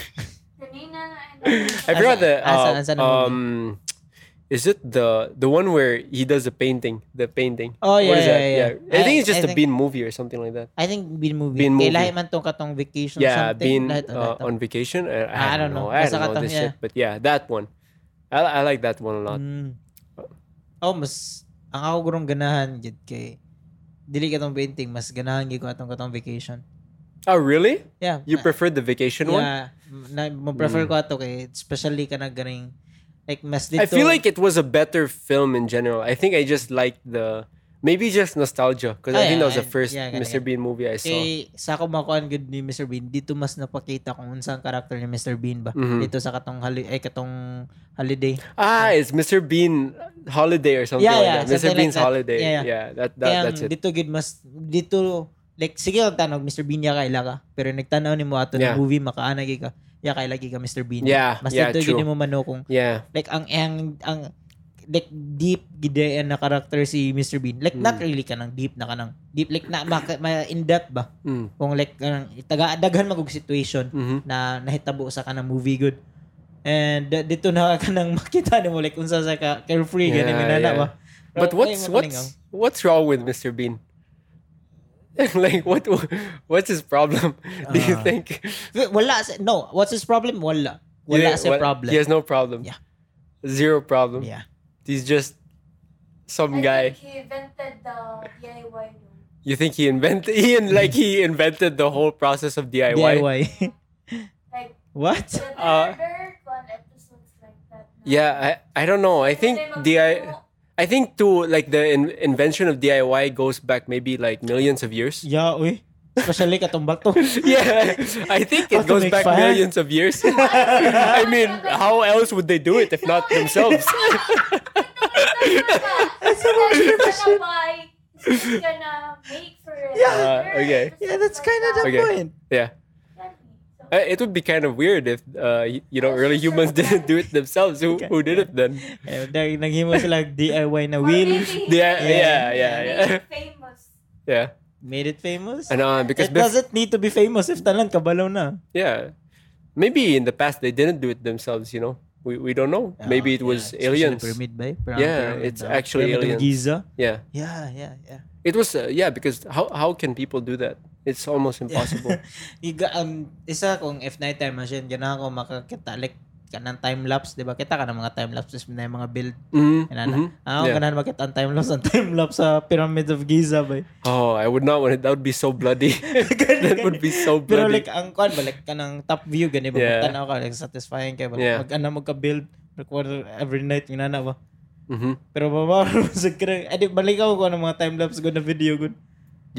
Kanina na. um, I forgot Asa- the asa- uh, asa na movie? um. Is it the the one where he does the painting? The painting. Oh, yeah, What is yeah, that? yeah, yeah. I think it's I- just I the think- Bean movie or something like that. I think Bean movie. Bean Kay movie. lahi man tong katong vacation Yeah, something. Bean Lahi to, lahi uh, to. on vacation. I, I, don't know. I Basta don't know katong- this yeah. shit, but yeah, that one. I, I like that one a lot. Mm. Oh, mas ang ako gurong ganahan gid kay dili katong painting, mas ganahan gid ko atong katong vacation. Oh, really? Mm. Yeah. You na- preferred the vacation one? Mm. Yeah, m- na, mo prefer ko ato kay especially ka na ganing like mas dito. I feel like it was a better film in general. I think I just liked the maybe just nostalgia because Ah, I think that was yeah, the first yeah, ganun, Mr. ganun. Bean movie I saw. kay sa ako makuan good ni Mr. Bean dito mas napakita kung unsang karakter ni Mr. Bean ba Mhm. dito sa katong hali ay katong holiday. Ah, it's Mr. Bean Holiday or something Yeah, like yeah, that. Mr. something like Bean's that. Holiday. Yeah, Yeah, yeah. that, that Kaya that's it. dito gid mas dito like sige ang tanog Mr. Bean ya kaila ka pero nagtanaw nimo ato Yeah. ng movie makaana gid ka ya kaila gid ka Mr. Bean. Yeah, Mas yeah, dito gid true. nimo mano kung Yeah. like ang ang ang like deep gid eh, na karakter si Mr. Bean. Like not Hmm. really kanang deep na kanang deep like na maka- ma, in depth ba Mm. kung like kanang taga daghan magog situation Mhm. na nahitabo sa kanang movie good. And uh, dito na kanang makita nimo like unsa sa ka Yeah, carefree yeah, ganin minana yeah. ba. But Pero, oh. ay, what's makalingaw. what's what's wrong with Mr. Bean? like what what's his problem? Do you Ah. think? W- Wala. sa- No. What's his problem? Wala. You Wala think sa what- problem. He has no problem. Yeah. Zero problem. Yeah. He's just some I guy. think he invented the DIY room. You think he invented he in, like he invented the whole process of DIY? DIY. Like, What? there Uh, there are one episodes like that. na- Yeah, I, I don't know. I think Where they DI magpuno. I think to like the in, invention of DIY goes back maybe like millions of years. Yeah, uy. Especially katumbal to. yeah, I think How it to goes make back fire? millions of years. I mean, how else would they do it if not themselves? That's gonna buy. He's gonna make for it. Yeah. Uh, okay. Yeah, that's kind of the Okay. point. Yeah, Uh, it would be kind of weird if uh, y- you know early humans didn't do it themselves. Who who did it then? Eh, dahil naghimo sila DIY na wheel. Yeah, yeah, yeah, yeah, Famous. yeah. Made it famous. And uh, because It bef- doesn't need to be famous if talan kabalaw na. yeah, maybe in the past they didn't do it themselves. You know, we we don't know. Maybe it was Ah, aliens. Yeah, especially Pyramid ba? eh? Parang Yeah, pyramid it's daw. actually pyramid aliens. Of Giza. Yeah, Yeah, yeah, yeah. it was. Uh, yeah, because how how can people do that? It's almost impossible. Iga, um, isa kung if nighttime machine, ganahan ko makakita like ka ng time-lapse, di ba? Kita ka ng mga time-lapses na yung mga build. Mhm, Inana. mhm. Ah, Yeah. yeah. ganahan makita ang time-lapse, ang time-lapse sa Pyramids of Giza ba? eh. Oh, I would not want it. That would be so bloody. that would be so bloody. Pero like, ang kuan ba, like, ka ng top view, gani ba? Yeah. Tanaw ka, like, satisfying ka ba? Yeah. Mag, ano, magka-build, record every night, yung nana ba? Mhm. Pero mabawal mo sa kira. Ay, di, balik ako kung ano mga time-lapse ko na video ko.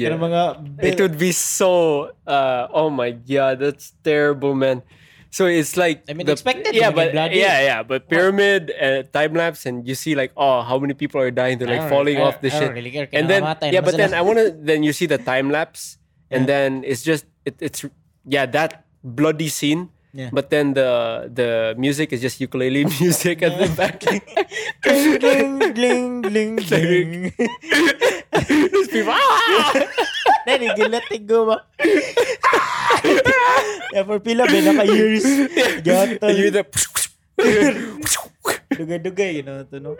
Yeah. Pero mga... It would be so. Uh, oh my god, that's terrible, man. So it's like I mean, expected Yeah, to be but bloody. yeah, yeah. But pyramid uh, time lapse, and you see like, oh, how many people are dying? They're I like don't- falling I- off the I don't shit. really care. and then Kinakamatay yeah, naman but then sila. I wanna. Then you see the time lapse, and then it's just it, it's yeah that bloody scene. Yeah. But then the the music is just ukulele music at the back. Gling, gling, gling, gling, gling. These people, "Ah!" Nanigil na tigo ba? yeah, for pila ba, naka-years. Gato. And you the Dugay-dugay, you know, to, no?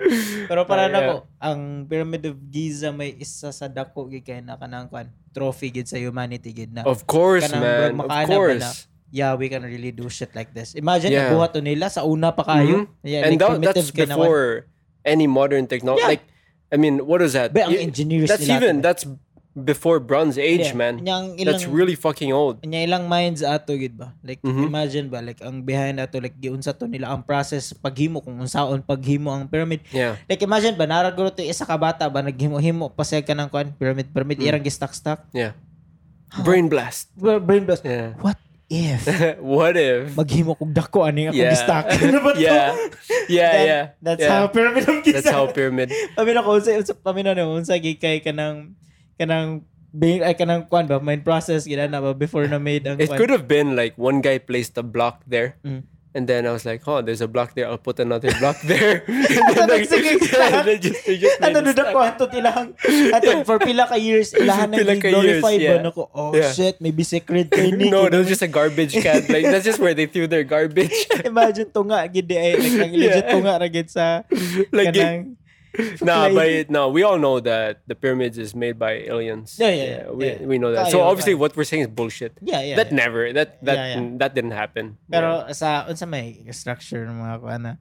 Pero para Ah, na yeah. ko, ang Pyramid of Giza may isa sa dako gid kay na kanang kwan. Trophy gid sa humanity gid na. Of course, Kanang man. bro, Of makaanap course. na, Yeah, we can really do shit like this. Imagine, Yeah. nabuhat to nila sa una pa kayo. Mhm. Yeah, and like that, primitive that's kay na kwan. before any modern technology. Yeah. Like, I mean, what is that? Be, ang Y- engineers that's nila even to, eh. that's before Bronze Age, Yeah. man. Yang that's ilang- really fucking old. nya ilang minds ato gid ba like Mhm. imagine ba like ang behind ato like giunsa to nila ang process paghimo kung unsaon paghimo ang pyramid Yeah, like imagine ba narad guro to isa ka bata ba naghimo-himo pasayag ka ng kuan pyramid Mm. pyramid irang gistak stack yeah. Brain blast. brain blast Yeah. what if what if? maghimo kog dako ani akong Yeah. gistak ano ba to? yeah, yeah, That- yeah. that's yeah. how pyramid of Giza That's how pyramid. pamina ko unsa unsa pamina na unsa gid kay kanang kanang being ay kanang kuan ba mind process gid na ba before na made ang It kuan. could have been like one guy placed a block there. Mm. And then I was like, oh, there's a block there. I'll put another block there. and then, That's a good yeah, and then just, they just made a Ano na stack. ko atong ilang atong for pila ka years ilahan Pila nang ka glorify years, yeah. ba nako oh Yeah. shit maybe secret kay ni No, that was just a garbage can. Like that's just where they threw their garbage. imagine tunga gid di ay like ang legit Yeah. tunga ra gid sa Like, kanang nah, Like- but it- no, we all know that the pyramids is made by aliens. Yeah, yeah, yeah, we, yeah. we know that. So Tayo, obviously, tayo. what we're saying is bullshit. yeah yeah, that yeah. never that that Yeah, yeah. that didn't happen. pero sa unsa may structure ng mga kuan na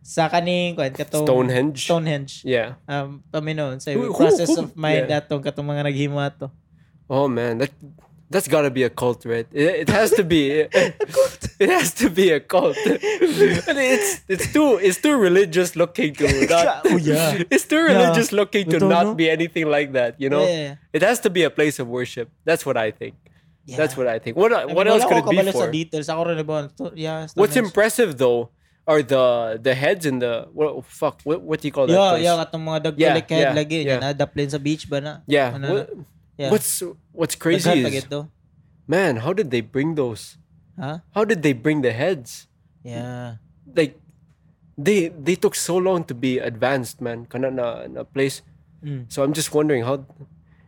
sa kaning kuan Yeah. katong Stonehenge. Stonehenge yeah. um paminoon sa Who- who- process who- of mind yeah. atong katong mga naghimo ato Oh man, that that's gotta be a cult, right? It, it has to be. It has to be a cult. And it's it's too it's too religious looking to not. Oh, yeah. It's too religious looking We to don't not know. be anything like that. You know, Yeah, yeah, it has to be a place of worship. That's what I think. yeah. That's what I think. What I mean, what else wala could ko it be kabalo for? sa details ako rin ba yeah What's Stonehenge. impressive though are the the heads and the what fuck what what do you call Oh, that Yo, place? yo, katong mga Yeah, dagdag head yeah, lagi. yeah. Yeah. Na, daplin sa beach ba na? yeah. Ano what- na? Yeah. What's what's crazy Daghan pa is gid to. man, how did they bring those? Ha? How did they bring the heads? Yeah. Like they they took so long to be advanced, man. Kana na, na place. Mm. So I'm just wondering how.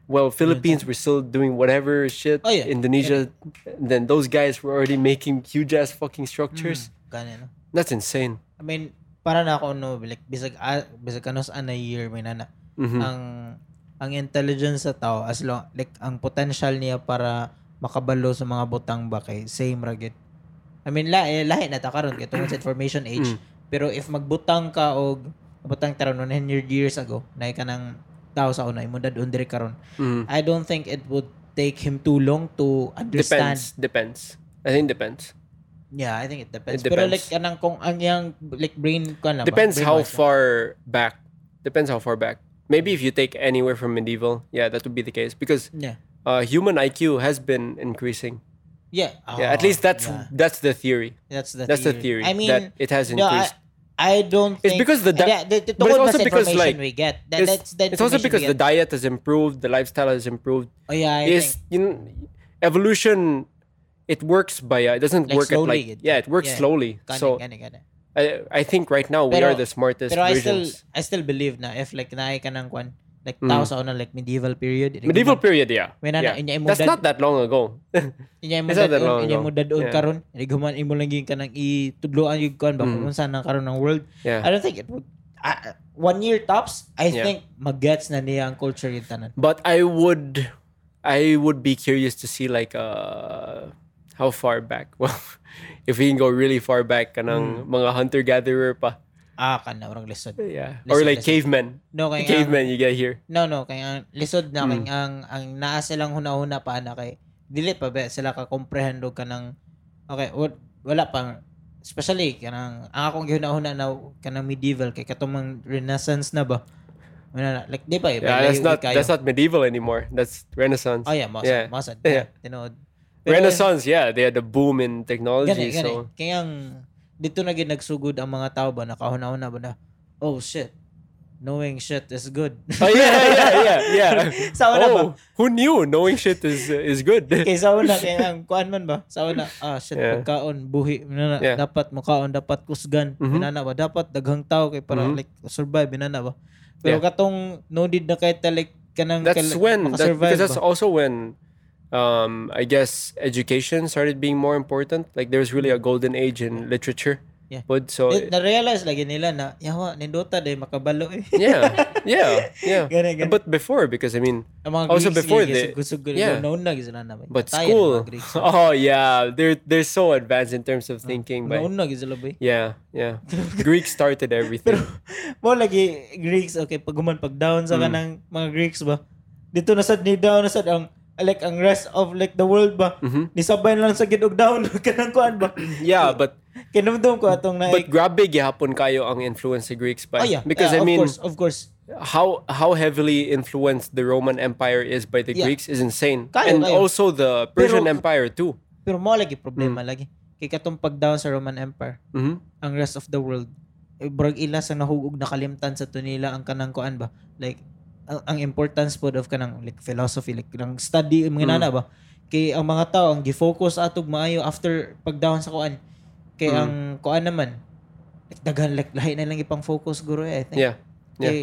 Well, Philippines were still doing whatever shit. Oh, yeah. Indonesia, then those guys were already making huge ass fucking Mm. structures. Ganyan, no? That's insane. I mean, para na ako no, like bisag a- bisag ano sa na year may nana. Mhm. Ang ang intelligence sa tao as long like ang potential niya para makabalo sa mga butang ba kay same ra gid. I mean, lahi, lahi na ta karon kay tungod sa information age. Mm. Pero if magbutang ka og butang taron 100 years ago, naay ka ng tao sa una, imong dadun diri karon. Mhm. I don't think it would take him too long to understand. Depends. Depends. I think depends. Yeah, I think it depends. It Pero depends. like kanang kung ang yang like brain ko na ba? Depends Brain how wash na. far back. Depends how far back. Maybe if you take anywhere from medieval, yeah, that would be the case because Yeah. uh, human IQ has been increasing. Yeah. yeah, at Oh, least that's yeah. that's the theory. that's the That's theory. the theory. I mean, that it has no, I, increased. I don't. It's think- because the da- Yeah, the, the, but it's mas also because, information like, we get. That, it's, that's the it's also information we because the get. diet has improved, the lifestyle has improved. oh yeah, I is think. you know, evolution? It works by uh, it doesn't Like work at slowly, like it- yeah, it works yeah. slowly. Got so it, got it, got it. I, I think right now we Pero- are the smartest Pero I still, versions. I still believe na if like naay ka ng kwan, like Mm. tao sa una like medieval period. like, Medieval period, yeah. When ano, yeah. inya imong That's dad- not that long ago. Inya mo It's not that long dadon, inya ago. mo dadon Yeah. karon, like human imo lang gyud kanang itudloan yung kwan ba kung Mm. unsa nang karon ng world. I yeah. don't think it would I- one year tops, I Yeah. think magets na niya ang culture yung tanan. But I would I would be curious to see like uh how far back. Well, if we can go really far back kanang Hmm. mga hunter gatherer pa. Ah, kana orang lisod. Yeah. Listen, or like listen. cavemen. No kay Cavemen you get here. no no kay ang lisod na Mm. kay ang ang naa silang hunahuna pa na kay dili pa ba sila ka comprehend og kanang okay wa- wala pang especially kanang ang akong gihunahuna na kanang medieval kay katumang renaissance na ba wala na like di ba Yeah, that's not that's not medieval anymore. That's Renaissance. oh yeah masad Yeah. masad Yeah. yeah. tinuod Pero- Renaissance, yeah, they had a boom in technology. Gani, gani. so Kaya ang, dito na gid nagsugod ang mga tao ba, nakahuna-huna ba na, oh shit, knowing shit is good. Oh yeah, yeah, yeah, yeah. sa una ba? oh, who knew knowing shit is is good. Kaya sa una, kaya ang kuan man ba? Sa una, ah shit, Yeah. pagkaon, buhi, minana, Yeah. dapat makaon, dapat kusgan, Mhm. minana ba? Dapat daghang tao kay para Mhm. like survive, minana ba? Pero Yeah. katong no need na kay talik kanang that's kal- when that, makasurvive because that's ba? also when um i guess education started being more important like there's really a golden age in literature Yeah. but so Di- Eh, na-realize lagi nila na, yawa, nindota day makabalo eh. yeah yeah yeah Gani, gani. but before because i mean Ang mga Also Greeks, before sige, the- sugod-sugod, yeah. known na gisa na naman. but Tayo ng school mga Greeks. oh yeah they're they're so advanced in terms of thinking but Noon na gisa labay. yeah yeah greek started everything Mo lagi Greeks okay pag human pag down Hmm. sa kanang mga Greeks ba. Dito na sad ni down na sad ang like ang rest of like the world ba. Mhm. Nisabay na lang sa gidog down kanang kuan ba. yeah but Kinumdum ko atong na but grabe gihapon kayo ang influence sa greeks by oh, yeah. because i Yeah, mean of course, of course. how how heavily influenced the Roman Empire is by the Yeah. Greeks is insane, Kayo, and kayo. also the Persian Pero- Empire too. Pero mo lagi Hmm. problema lagi. Kay katong pag down sa Roman Empire, Mhm. ang rest of the world eh, burag ila sa nahugog nakalimtan sa tunila ang kanang kuan ba. Like ang, ang importance po of kanang like philosophy like kanang study Hmm. mga nana ba. Kay ang mga tao ang gifocus atog maayo after pag down sa kuan. Kay Mm. ang kuan naman like daghan like lahi na lang ipang focus guro eh, I think. Yeah. yeah. Kay,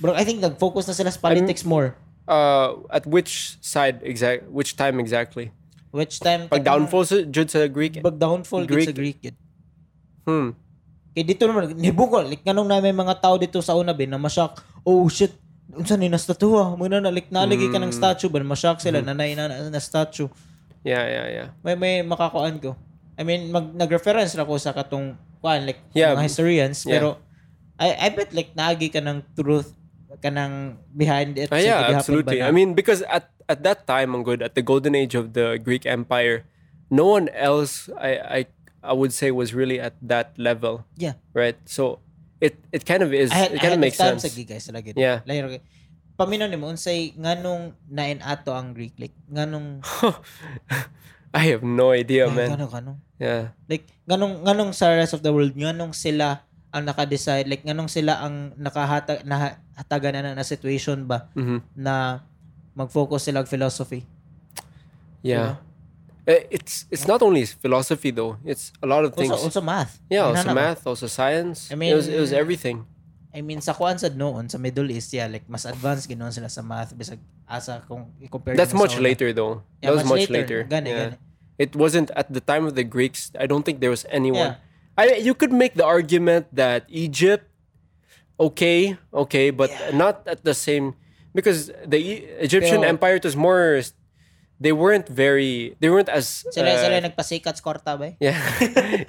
bro, I think nag-focus na sila sa politics more. Uh, at which side exact? Which time exactly? Which time Pag downfall sa jud sa Greek. pag downfall Greek. Greek. sa Greek yun. hmm. Kay Eh, dito naman, nibukol. Like, ganun namin mga tao dito sa una, bin, na masyak. Oh, shit. Unsa ni na statue Muna na, like, nalagay ka ng Mm. statue, ban masyak sila, Mm-hmm. nanay na na- na statue. Yeah, yeah, yeah. May, may makakuan ko. I mean, mag, nag-reference na ko sa katong, kuan, like, Yeah. mga historians. Yeah. Pero, I, I bet, like, naagi ka ng truth, ka ng behind it. Ah, sa yeah, gihapon ba absolutely. na- I mean, because at at that time, ang good at the golden age of the Greek Empire, no one else I I I would say was really at that level, yeah. right? So it it kind of is. I had, it I kind had of makes time sense. sa gigay sila gid. Yeah. Layo kay. Paminaw nimo unsay nganong nain ato ang Greek like nganong I have no idea, man. nganong nganong Yeah. like nganong nganong sa rest of the world nganong sila ang naka-decide like nganong sila ang nakahatag nahatagan na na situation ba Mhm. na mag-focus sila og philosophy. Yeah. Eh, It's it's not only philosophy though. It's a lot of things. Also, also math. yeah, Ano also na ba? math, also science. I it was it was mean- everything. I mean sa kuan sad noon sa Middle East yeah like mas advanced ginoon sila sa math bisag asa kung i-compare That's nimo sa much una. later though. Yeah, that was much later. Gani, Yeah. gani. It wasn't at the time of the Greeks. I don't think there was anyone. Yeah. I you could make the argument that Egypt okay, okay, but not at the same because the E- Egyptian Pero- empire was more they weren't very they weren't as Sila uh, sila yung nagpasikat sa kwarta ba? eh? yeah.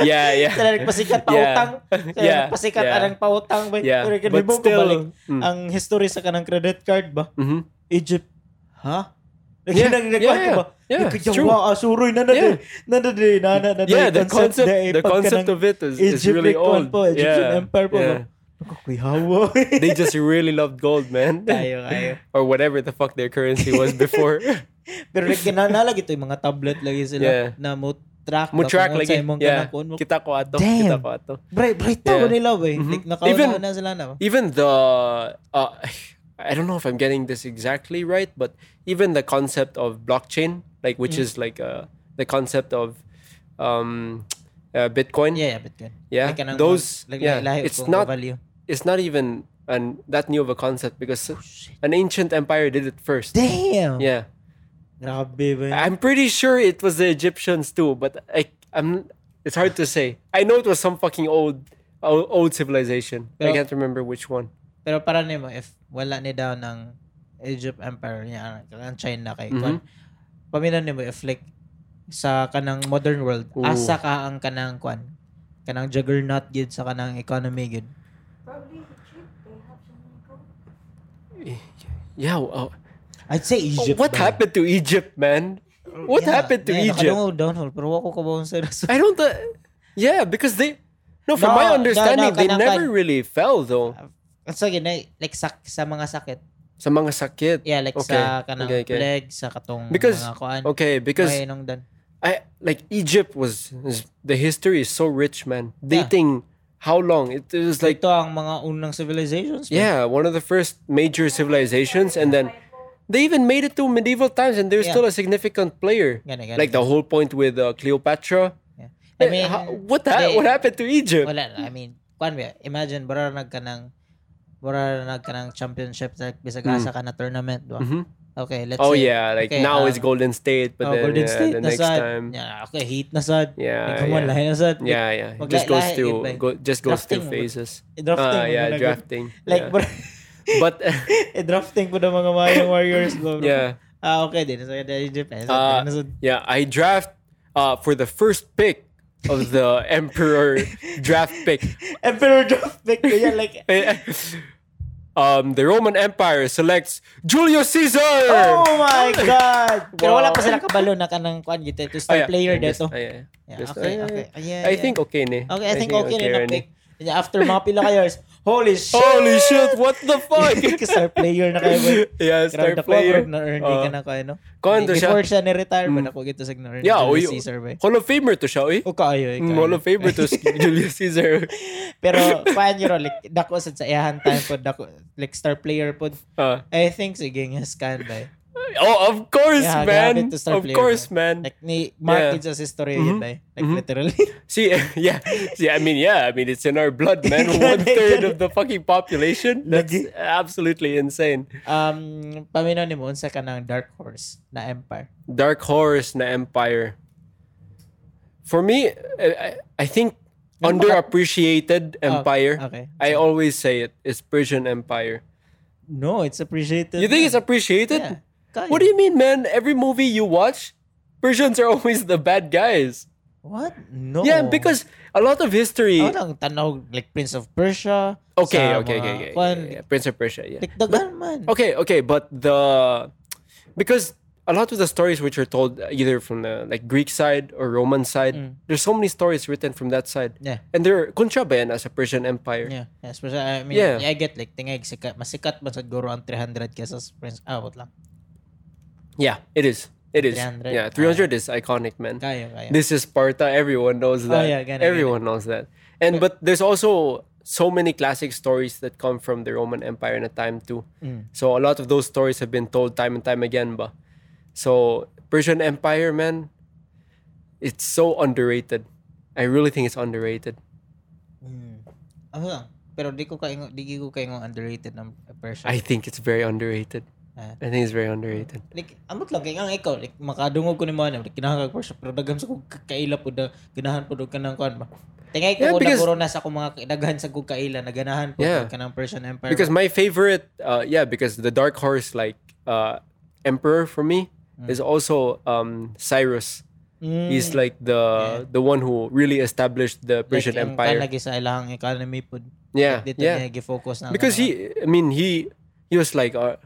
yeah, yeah. Sila nagpasikat Yeah. pautang. Sila Yeah. nagpasikat Yeah. arang pautang. Ba? Yeah. Pero But kanibo still, balik mm. ang history sa kanang credit card ba? Mhm. Egypt. Ha? Huh? Yeah. Nag- nag- Yeah, nag- yeah. ba? Yeah, Nag- it's true. yawa, asuroy na na Yeah. na na na na na yeah, the concept, the concept of it is, is really old. Po, Egyptian yeah, Empire po. yeah. Yeah. Kuyawa. they just really loved gold, man. Kayo, kayo. or whatever the fuck their currency was before. Pero like, ginanalag ito yung mga tablet lagi sila Yeah. na mo track Mo track lagi. Yeah. Kita ko ato. Kita Damn. ko ato. Bright, bright tao Yeah. nila, boy. Mhm. Like, nakawala Even- na sila na. Even the uh, I don't know if I'm getting this exactly right, but even the concept of blockchain, like which Mm. is like uh, the concept of um, uh, Bitcoin. Yeah, yeah, but good. Yeah, Like, kanang- those. like, yeah, lahi- it's kung not. value. It's not even an that new of a concept because shit. an ancient empire did it first. Oh, Damn! Yeah, Grabe, boy. I'm pretty sure it was the Egyptians too, but I, I'm. It's hard to say. I know it was some fucking old, old, old civilization. I Pero- can't remember which one. Pero para nimo if wala ni daw ng Egypt Empire niya ang China kay Mhm. kon. Paminan nimo if like sa kanang modern world Ooh. asa ka ang kanang kwan kanang juggernaut gid sa kanang economy gid. Probably Egypt. They have so many gold. Yeah. oh, I'd say Oh, Egypt. what ba? happened to Egypt, man? What Oh, Yeah, happened to yeah, Egypt? nakadungaw downhole pero wako ka baon sa I don't. th- yeah, because they. No, from No, my no, no, understanding, they kanang- never really fell though. So yun eh, like sa, sa mga sakit. Sa mga sakit. Yeah, like Okay, sa kanang okay, okay. plague, sa katong Because- oh, mga kuan. Okay, because may nungdan. I like Egypt was, is- the history is so rich, man. Yeah. Dating how long? It, it was like Ito ang mga unang civilizations. man. yeah, one of the first major civilizations, and then they even made it to medieval times, and they're Yeah. still a significant player. Ganun, ganun. Like the whole point with uh, Cleopatra. Yeah. Eh, I mean, how- what the, they- what happened to Egypt? wala na. I mean, kwan ba, imagine, bara nag ka ng, bara nag ka ng championship, like, bisag asa ka na tournament, di ba? Mhm. Okay, let's Hmm. Oh say, yeah, like okay, now um, it's Golden State, but oh, then Golden yeah, State, the na next sad. time, yeah, Yeah, okay, heat na sad. Yeah, Like, yeah. yeah. lahi na sad. yeah, Magla- just goes lahi, yun ba through yun? go, just goes through Drafting mo ba? phases. I-drafting Ah, mo yeah, na, good. drafting. Like, yeah. bro, but i-drafting ko na mga Mayang Warriors, bro. yeah, Ah, okay, din. So, yun, Egypt, eh. So, Uh, yun, so, yeah, I draft uh, for the first pick of the emperor draft pick. Emperor draft pick, kaya, like, um, the Roman Empire selects Julius Caesar. oh my God! Pero wala pa Wow. sila kabalo na kanang kwan dito. Ito Oh, star yeah, player I guess- dito. ah, yeah, Yeah, Just- okay, ah, okay. Ah, yeah, I yeah. think okay ne. Okay, I think okay, na rin eh. pick. And after mga pila ka years, holy shit! Holy shit! What the fuck? Star player na kayo, boy. yeah, Oh. star Grabe ka player. na earn Oo. ka na kayo, no? Kuhan to siya. Before siya ni-retire, ba, nakuha kita sa na-earn Mm. Yeah, o ni Julius yun. Caesar, boy. Hall of Famer to siya, oy. O kayo, eh, Mm, kayo. Hall of Famer to si Julius Caesar. Pero, paano yun, like, dako sad sa iyahan time po, dako, like, star player po. Ah. I think, sige nga, scan, boy. oh, of course, Yeah, man. grabe to star Of player, course, man. Like, ni Mark Yeah. yeah. sa story yun, boy. Like, Mhm. literally. See, yeah, see, I mean, yeah, I mean, it's in our blood, man. One third of the fucking population. That's Lagi. absolutely insane. um, paminaw ni mo, unsa ka ng Dark Horse na Empire. Dark Horse na Empire. For me, I, I- I think underappreciated Oh, Empire. okay. I always say it. It's Persian Empire. No, it's appreciated. You think it's man. appreciated? Yeah. Kayo. What do you mean, man? Every movie you watch, Persians are always the bad guys. What? No. Yeah, because a lot of history. Ako lang tanaw, like Prince of Persia. okay, sa okay, mga okay, okay, kwan, yeah, yeah, Prince of Persia, yeah. Like, dagan man. Okay, okay, but the because a lot of the stories which are told either from the like Greek side or Roman side, Mm. there's so many stories written from that side, Yeah. and they're kontraban as a Persian Empire. Yeah. yeah. Especially, I mean, Yeah. I get like, tingay, sikat, masikat man sa Goro ang 300 kesa sa Prince. Ah, what lang. Yeah, it is. It is. 300. Yeah, 300 is iconic, man. Kaya, kaya. This is Sparta. Everyone knows that. yeah, gana, Everyone knows that. And but there's also so many classic stories that come from the Roman Empire in a time too. So a lot of those stories have been told time and time again, ba. So Persian Empire, man, it's so underrated. I really think it's underrated. Mm. Ako lang. Pero di ko kaingo, di ko kaingo underrated ng Persia. I think it's very underrated. Ah. I think it's very underrated. like, amot lang, kaya nga ikaw, like, makadungog ko ni mo, like, kinahangag Persia, pero daghan sa kong kaila po, da, ganahan po doon ka ng kuhan ba? Tingay Yeah, ko, yeah, because- naguro na sa kong mga, daghan sa kong kaila, na ganahan po Yeah. yeah. ka ng Persian Empire. Because my favorite, uh, yeah, because the Dark Horse like uh, emperor for me is also um, Cyrus. Mm. He's like the the one who really established the Persian like, Empire. Ang Kan lagi sa ilang economy po. yeah, Dito yeah. niya uh, gi-focus na. Because he, I mean, he he was like, uh,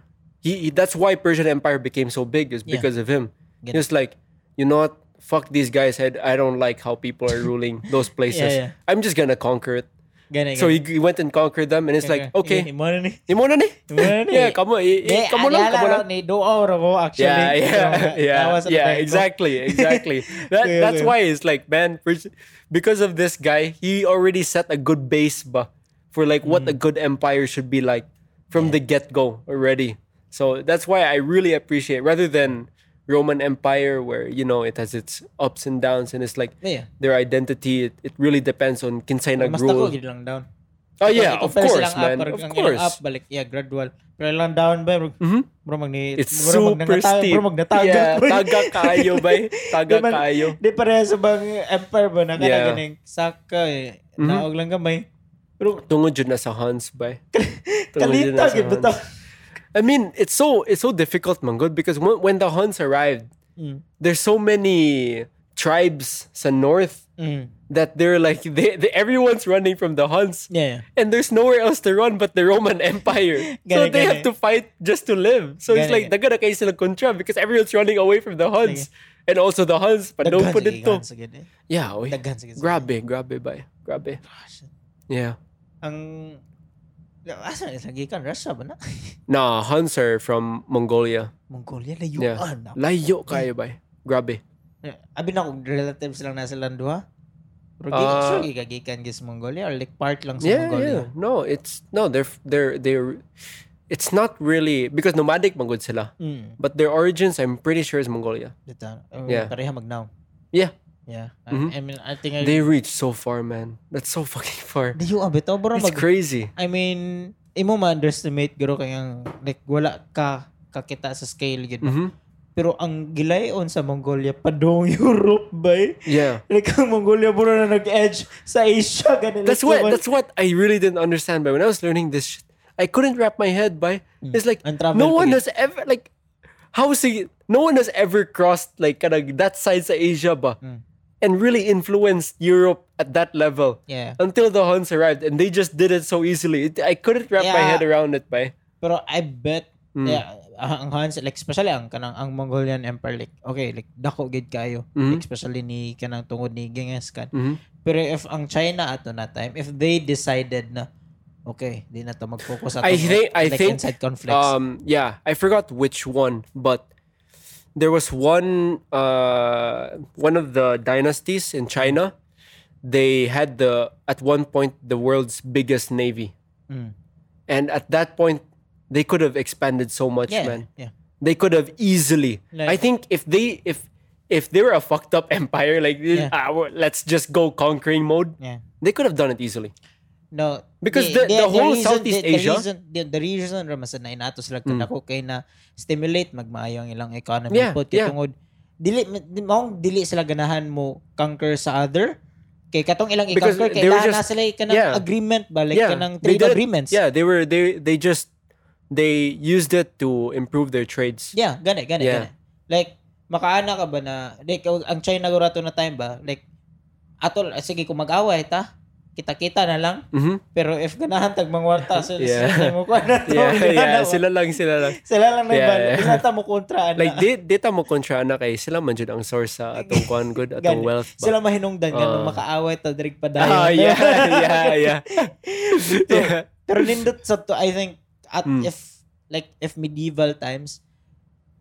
he, he- that's why Persian Empire became so big is Yeah. because of him. Get He was like, you know what? Fuck these guys. I, I don't like how people are ruling those places. yeah. I'm just gonna conquer it. Gana, So he, he went and conquered them, and it's like, okay, Imo na ni. imo na ni. Imo na ni. Yeah, kamo, i- i- Eh, kamo lang, alala kamo lang. ro Ni do or ko actually. Yeah, yeah, So, that yeah, was an yeah. effect. Exactly, exactly. That Yeah, that's yeah. why it's like, man, pers- because of this guy, he already set a good base, ba, for like what Mm. a good empire should be like from the get go already. So that's why I really appreciate rather than Roman Empire, where you know it has its ups and downs, and it's like Yeah. their identity. It, it really depends on kinsay nag Mas rule. tako gid lang down. Oh yeah, of I-compare course, silang man. Up, Of or ang ilang Up, course. Mm-hmm. balik, yeah, gradual. Pero lang down ba? Bro, bro mag ni... It's bro, mag super nangatag- steep. Bro, mag nataga. Yeah, taga kayo, bay. Taga Di man- kayo. Di pareha sa bang empire ba na Yeah. Mm-hmm. kanaganing saka eh. Naog lang gamay. Bro, Tungod yun na sa Hans, eh. bay. Tungod yun na kalita sa gid Hans. bitaw. I mean, it's so it's so difficult, Mangod, because when, when the Huns arrived, there's so many tribes sa north Mm. that they're like they, they, everyone's running from the Huns. Yeah. And there's nowhere else to run but the Roman Empire. so Gani, they gani. have to fight just to live. So it's like Gani, daga na kayo sila kontra because everyone's running away from the Huns. And also the Huns, but no Daghan put sige, it daghan to. sige, eh. Yeah, oy. Daghan sige. sige. Grabe, grabe bay. Grabe. Ah, shit. Yeah. Ang... ah, Asa na lagi kan? Russia ba na? Nah, Huns are from Mongolia. Mongolia, layuan. Yeah. Yeah. Layo kayo bay. Grabe. Eh, Abi na kung relatives lang nasa Landua. Pero Ah. sure gigagikan gis Mongolia or like part lang sa yeah, Mongolia. yeah. No, it's no, they're they're they're it's not really because nomadic mangod sila. Mm. But their origins I'm pretty sure is Mongolia. Dito. Um, Yeah. Pareha magnaw. Yeah. Yeah. I- Mhm. I mean, I think I, They reach so far, man. That's so fucking far. Di yung abito, bro. It's Mag, crazy. I mean, imo ma-underestimate garo kayang like wala ka kakita sa scale gid. Mhm. Pero ang gilayon sa Mongolia padong Europe bay. Yeah. Like ang Mongolia bro na nag-edge sa Asia ganun. That's what that's what I really didn't understand. But when I was learning this shit, I couldn't wrap my head by it's like And travel no pa one yun. has ever like how is it- no one has ever crossed like kanag that side sa Asia ba and really influenced Europe at that level. Yeah. Until the Huns arrived and they just did it so easily. It, I couldn't wrap my Yeah. head around it by Pero I bet Hmm. yeah, ang Hans like especially ang kanang ang Mongolian Empire like okay like dako gid kayo Mhm. like, especially ni kanang tungod ni Genghis Khan. Mhm. Pero if ang China ato na time if they decided na okay, di na to mag-focus ato I think I like, think inside conflicts. um yeah, I forgot which one, but there was one uh one of the dynasties in China. They had the at one point the world's biggest navy. Mm. And at that point they could have expanded so much, yeah, man. yeah. They could have easily. I Like- think if they if if they were a fucked up empire like Yeah. ah, well, let's just go conquering mode, Yeah. they could have done it easily. No. Because the- the whole Southeast the, Asia- Mm. The reason, the, the reason raman sa nainato sila kanako kay na stimulate magmaayo ang ilang economy Yeah, pod yeah. kay tungod dili ma- di- maong dili sila ganahan mo conquer sa other kay katong ilang Because i-conquer they kay were lahat na just- sila kanang yeah. agreement ba like kanang they trade did- agreements. Yeah, they were they they just they used it to improve their trades. Yeah, gani, gani, Yeah. gani. Like, makaana ka ba na, like, oh, ang China gurato na time ba, like, atol, ah, sige, kung mag-away, ta, kita-kita na lang. Mhm. Pero if ganahan tag mangwarta, so, Yeah. sila mo ko na to. Yeah, yeah, ganahan mo. sila lang sila lang. Sila lang Yeah, nagbalik. yeah. Sila ta mo kontra. ano, Like di di ta mo kontra na kay sila man jud ang source sa atong kuan good atong wealth. Ba? Sila mahinungdan uh, Ah. makaaway ta direk pa dayon. Ah, yeah, yeah, yeah. yeah. Pero nindot sa to, I think, at Mm. if, like, if medieval times,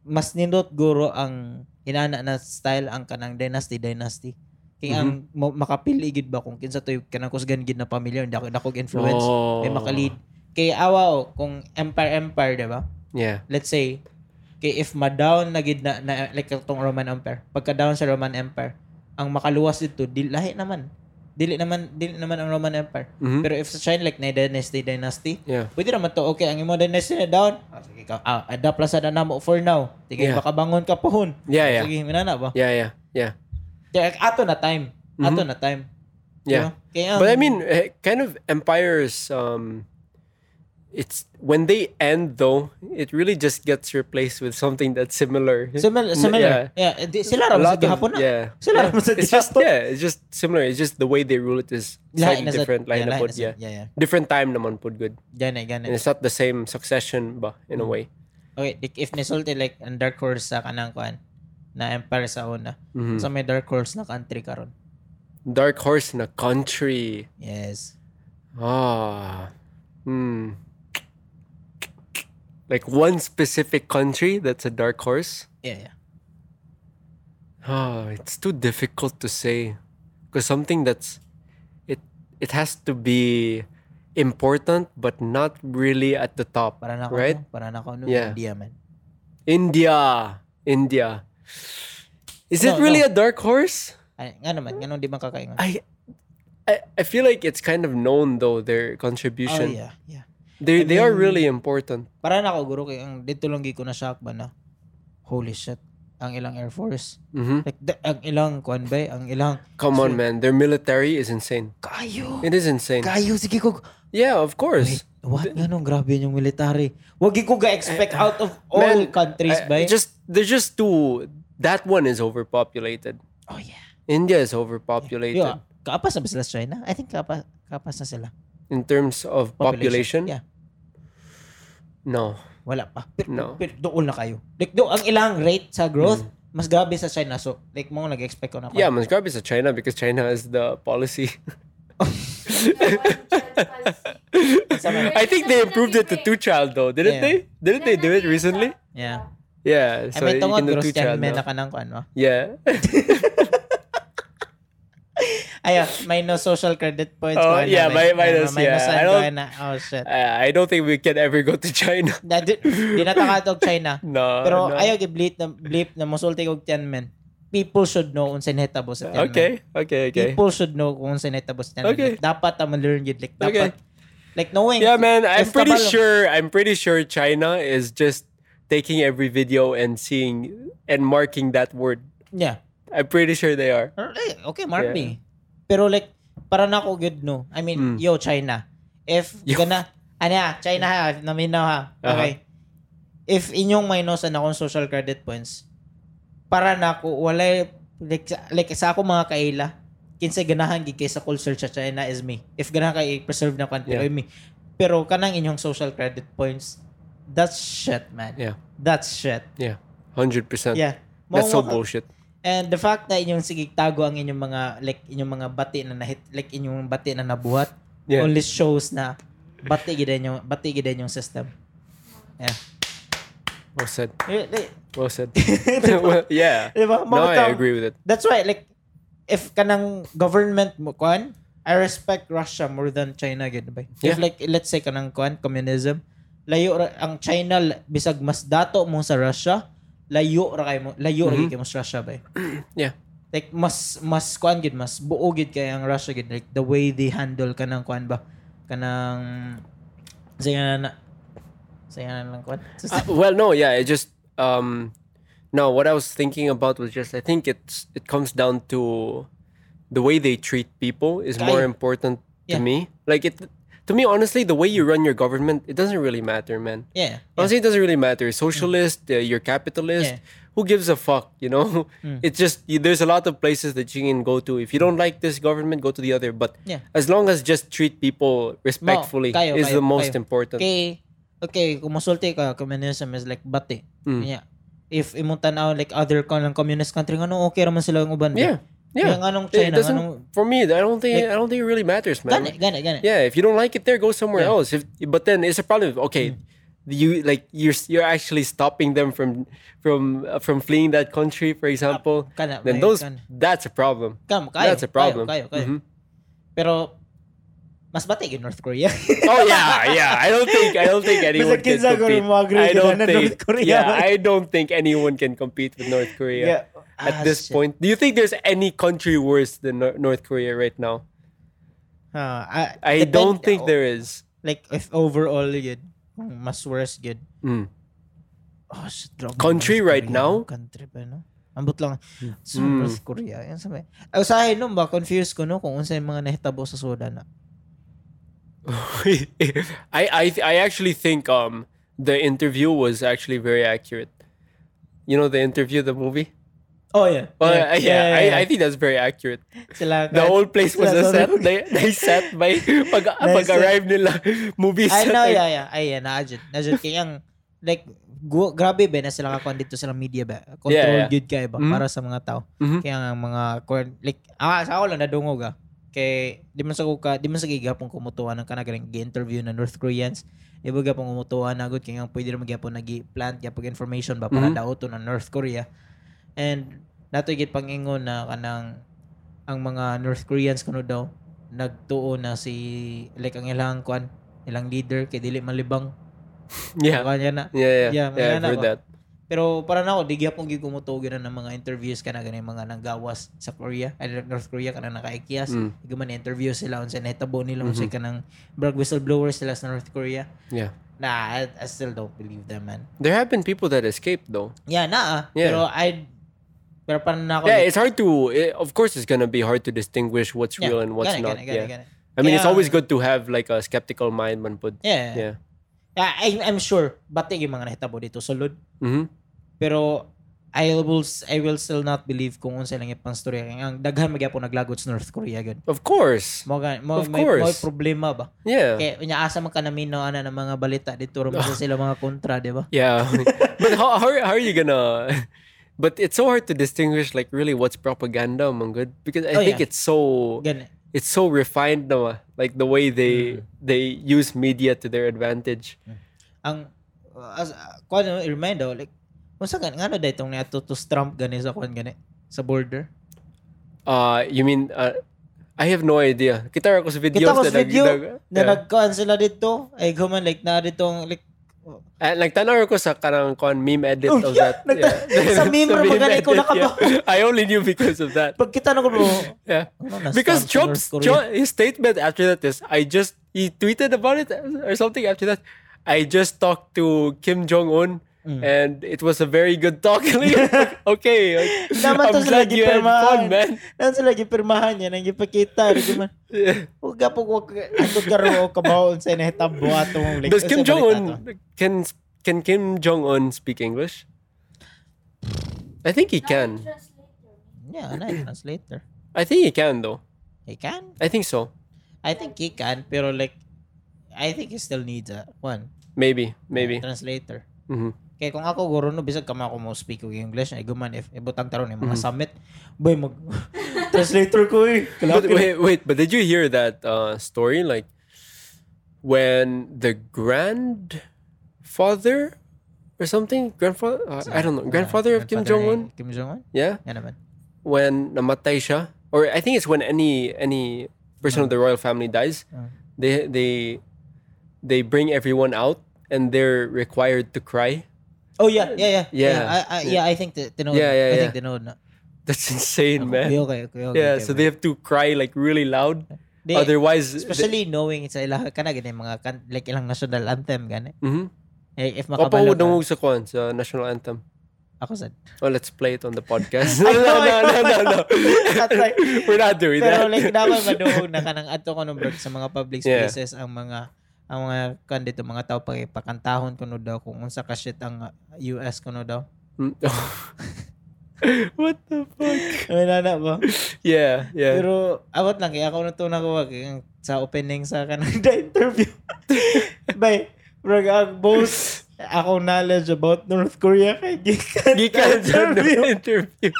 mas nindot guro ang inana na style ang kanang dynasty dynasty. Kaya ang Mm-hmm. mo- makapili gid ba kung kinsa toy kanang kusgan gid na pamilya dako dakog influence Oh. may makalid. Kay awa o kung empire empire di ba? Yeah. Let's say kay if ma-down na gid na, na like tong Roman Empire. Pagka down sa Roman Empire, ang makaluwas dito dili lahi naman. Dili naman dili naman ang Roman Empire. Mhm. Pero if sa China like na dynasty dynasty, Yeah. Pwede naman to. Okay, ang imo dynasty na down. Ah, sige ka. Ah, adapt lang sana namo for now. Sige, Yeah. baka bangon ka pohon. Yeah, yeah. Sige, minana ba? Yeah, yeah. Yeah. Kaya ato na time. Ato na time. Mm-hmm. Yeah. Diba? Kaya, But I mean, eh, kind of empires. Um, it's when they end though, it really just gets replaced with something that's similar. um, similar, similar. Yeah. eh, di- sila A raman sa lot of- gihapon na. Yeah. Sila Yeah. raman sa It's just gihapon. yeah, it's just similar. It's just the way they rule it is Lahi slightly na sa- different. Lahi na lahi pod, na sa- yeah. Yeah, yeah. Different time naman pod good. Gana, gana. And it's not the same succession ba in a way. Okay, like, if nisulti like ang Dark Horse sa kanang kuan na empire sa una. Mm-hmm. Hmm. So may Dark Horse na country karon. Dark horse in a country. Yes. Ah. Hmm. Like one specific country that's a dark horse? Yeah, yeah. Ah, it's too difficult to say. Because something that's it it has to be important but not really at the top. Para na ako, right? no? para na ako no, Yeah. India man. India. India. Is No, it really no. a dark horse? Ay, nga naman, nga nung di ba kakaingon? I, I I feel like it's kind of known though their Oh contribution. yeah, yeah. They I they are mean- really important. Para na ako guro kay ang dito lang gi ko na shock ba na. Holy shit. Ang ilang Air Force. Mhm. Like the, ang ilang kuan ba, ang ilang Come on, man. Their military is insane. kayo. It is insane. Kayo sige ko. Yeah, of Wait, course. what ganong grabe yung military. Wag gi ko ga expect out of all Eh, Man, countries I- ba? just they're just too. That one is overpopulated. oh yeah. India is overpopulated Yo, kaapas na ba sila sa China? I think kaapas kaapas na sila. in terms of population. Yeah. No, Wala pa. Pero, No. Hmm. pero doon na kayo. Like do ang ilang rate sa growth mas grabe sa China. So like mo nag-expect ko na. ako. yeah, mas grabe sa China because China is the policy. I think they improved it to two child though, didn't they? Yeah. Didn't they do it recently? Yeah. Yeah, I so you mean, tungod can do gross two yan, child. may now. nakanang kuan mo. Yeah. Ayan, ah, may no social credit points. Oh, kuan na, yeah, like, may- may nos, ano, may yeah. nosan I don't- kuan na. Oh, shit. I I don't think we can ever go to China. Na, di, di na takatog China. No. Oh, no. Pero ayaw i-bleep na, bleep na musulti kog Tianmen. People should know unsa nahitabo sa Tianmen. Okay, okay, okay. People should know kung unsa nahitabo sa Tianmen. Okay. Like, dapat ta ma-learn yun. Like, Okay. dapat. Like, knowing. Yeah, man. I'm Just pretty kabalo. sure. I'm pretty sure China is just taking every video and seeing and marking that word. Yeah. I'm pretty sure they are. Or, eh, Okay, mark Yeah. me. Pero like, para na ako good, no? I Mm. mean, yo, China. If Yo. Uh-huh. gana, ano ha, China ha, naminaw ha. Okay. If inyong minus na akong social credit points, para na ako, wala, like, sa- like sa ako mga kaila, kinsa ganahan gid kay sa culture sa China is me. If ganahan kay preserve na country Yeah. oy me. Pero kanang inyong social credit points, that's shit, man. Yeah. That's shit. Yeah, hundred percent. Yeah. that's so Mao- bullshit. And the fact na inyong sige tago ang inyong mga like inyong mga bati na nahit like inyong bati na nabuhat Yeah. only shows na bati gid yung bati gid yung system. Yeah. Well said. Eh, eh, Well said. Diba? Well, yeah. Diba? No, I Mga tao- agree with it. That's why like if kanang government mo kuan, I respect Russia more than China gid ba? If Yeah. like let's say kanang kuan communism, layo ra, ang China la- bisag mas dato mo sa Russia, layo ra kay mo, layo ra gid kay mo sa Russia ba? Mm-hmm. Yeah. like mas mas kuan gid mas buo gid kay ang Russia gid like the way they handle kanang kuan ba kanang say nga na say nga na lang kuan Uh, well, no, yeah. It just um, no. What I was thinking about was just I think it's it comes down to the way they treat people is more Kaya. important to Yeah. me. Like it to me, honestly, the way you run your government, it doesn't really matter, man. yeah, yeah. Honestly, it doesn't really matter. Socialist, uh, you're capitalist. Mm. Yeah. Mm. Who gives a fuck? You know, it's just you, there's a lot of places that you can go to. If you don't like this government, go to the other. But Yeah. as long as just treat people respectfully kayo, is kayo, the most kayo. important. okay okay kumusulti ka communism is like bati Hmm. yeah if imong tanaw like other kanang communist country ngano okay ra man sila ang uban Yeah, yeah. yung anong It China doesn't anong for me. I don't think I Like- don't think it really matters, man. gani gani gani Yeah, if you don't like it there, go somewhere Yeah. Mm. else. If but then it's a problem. Okay, you like you're you're actually stopping them from from uh, from fleeing that country, for example. kana then may- those kana. that's a problem. Kam, kayo, that's a problem. kayo, kayo, kayo. Mhm. pero mas bati gid North Korea Oh yeah, yeah. I don't think I don't think anyone Basta can kinsa ko compete. rin mo agree I ka don't na think North Korea. yeah, I don't think anyone can compete with North Korea at Ah, this shit. point. Do you think there's any country worse than Nor- North Korea right now? Ah, ah, I depend- don't think there is. like if overall good mas worse good Mm. oh shit drop Country right now? country pa no ambot lang so Mm. North Korea yan sabi ay usahay nun ba confused ko no kung unsa yung mga nahitabo sa soda na I, I I actually think um the interview was actually very accurate. You know the interview, the movie. oh yeah Well, yeah, I, I think that's very accurate. sila The whole place was a set. sila- They, they set by pag, Nice. pag arrive nila movie I set. know yeah yeah ay yeah naajud naajud kay ang like gu- grabe ba na sila kakuan dito sila media ba control Yeah, yeah. good kay ba Mhm. para sa mga tao Mhm. kaya ang mga kuan- like ah sa ako lang nadungog ah kay di man sa kuka di man sa gigapon kumutuwa ng kana kanang gi-interview na North Koreans ibo gapon kumutuwa na good kay ang pwede ra magyapon nagi plant gyapon information ba para Mhm. daoton ng North Korea and nato gid pangingon na kanang ang mga North Koreans kuno daw nagtuo na si like ang ilang kwan ilang leader kay dili malibang Yeah. kanya na Yeah, yeah. Yeah, Yeah, I've manana heard ba? that. pero para na ako, di gyapon gid kumutuo gyud na ng mga interviews kana ganay mga nanggawas sa Korea, ay North Korea kana nakaikyas. Mm. Mm. man interview sila unsa nahitabo nila unsa kanang brag whistleblowers sila sa North Korea. Mm-hmm. Yeah. Nah, I, I still don't believe them, man. There have been people that escaped though. Yeah, naa. Yeah. Pero I pero para na ako. Oh, Yeah, it's hard to. It, of course, it's gonna be hard to distinguish what's Yeah, real and what's gana, not. gana, yeah. gana, gana. I mean, it's Yeah. always good to have like a skeptical mind, man. But Yeah. yeah. yeah. I, I'm sure bati yung mga nahitabo dito sulod. Mm-hmm. Pero I will I will still not believe kung unsa lang ipang storya kay ang daghan magyapon naglagot sa North Korea gyud. Of course. Mo gani- mo Of may, course. may problema ba? Yeah. Kaya unyaasa man ka namin no, ano, ng mga balita dito rin sa sila mga kontra, di ba? Yeah. but how, how how are you gonna? But it's so hard to distinguish like really what's propaganda among good because I Oh, think yeah. it's so Gan, it's so refined now, like the way they Mm. they use media to their advantage. ang as uh, kuan no, remind daw like unsa kan ngano day tong niatutos Trump gani sa kuan gani sa border. Uh, you mean uh, I have no idea. Kita ako sa videos Kita ko sa nag- video nag- na yeah. nagkuan sila dito ay guman like na ditong like Ah, nagtanaw ako sa karang kon meme edit Oh, of yeah. that. Nagta- sa meme ra ba ganun ikaw edit, nakabaw? yeah. I only knew because of that. pagkita na ko bro. Yeah. ano na, Because Trump Trump's sa North Korea? Tru- his statement after that is I just he tweeted about it or something after that. I just talked to Kim Jong Un Mm. and it was a very good talk. Like, okay, like, Naman I'm to sila glad you had fun, man. gipirmahan. Naman Ano sila gipirmahan yan. Ang gipakita. di "Oh, ba? Huwag ka po. Huwag ka. Ito ka ro. Kabawon sa inahitabo atong. like, Does sa Kim balita Jong to. Un can can Kim Jong Un speak English? I think he can. Yeah, na translator. I think he can though. He can. I think so. I think he can, pero like, I think he still needs a one Maybe, maybe. translator. hmm Kaya kung ako guro no, bisag kama ako mo speak og English, ay guman if ibutang taron Mm-hmm. yung mga summit, boy mag translator ko eh. But Kalaki. wait, wait, but did you hear that uh, story? Like when the grandfather or something, grandfather, uh, I don't know, grandfather of Kim Jong Un, ni Kim Jong Un? yeah, Yan naman. when namatay siya, or I think it's when any any person of the royal family dies, they they they bring everyone out and they're required to cry. Oh yeah, yeah, yeah. Yeah. Yeah, I, I, yeah, I think ti- tinood. Yeah, yeah, I yeah. think tinood na. That's insane, man. Okay, okay, okay. okay, Yeah, okay, so okay. they have to cry like really loud. They- Otherwise, especially knowing it's ilaha ka na ganyan, eh, mga kan- like ilang national anthem gani. mm-hmm. Eh, if makabalo Papawod sa ka, kwan, sa national anthem. ako sad. Oh, let's play it on the podcast. no, no, no, no, no. That's right. We're not doing Pero that. like dapat maduhog na kanang adto ko nung bro sa mga public Yeah. spaces ang mga ang mga kan dito mga tao pa pakantahon kuno daw kung unsa ka shit ang uh, US kuno daw. Mm. what the fuck? Wala na ba? Yeah, yeah. Pero abot lang kaya ako na to nakuha kay- eh, sa opening sa kanang da interview. Bay, bro, ang boss ako knowledge about North Korea kay gikan Gikan sa interview. interview.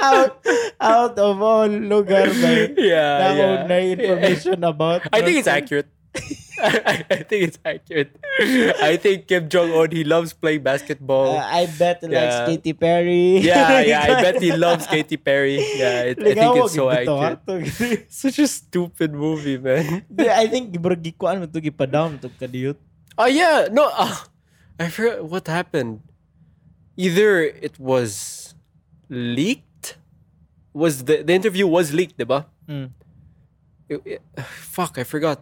out out of all lugar bay. yeah, Nakaw Ah, yeah. na information about I think it's North Korea. accurate. I, I think it's accurate. I think Kim Jong Un he loves playing basketball. Uh, I bet he Oh. likes Yeah. Katy Perry. yeah, yeah. I bet he loves Katy Perry. Yeah, it, I think it's so gitu accurate. Such a stupid movie, man. I think bro gikuan mo to gipadam to kadiyot. Oh yeah, no, uh, I forgot what happened. Either it was leaked, was the the interview was leaked, diba? Mm. It- it- fuck, I forgot.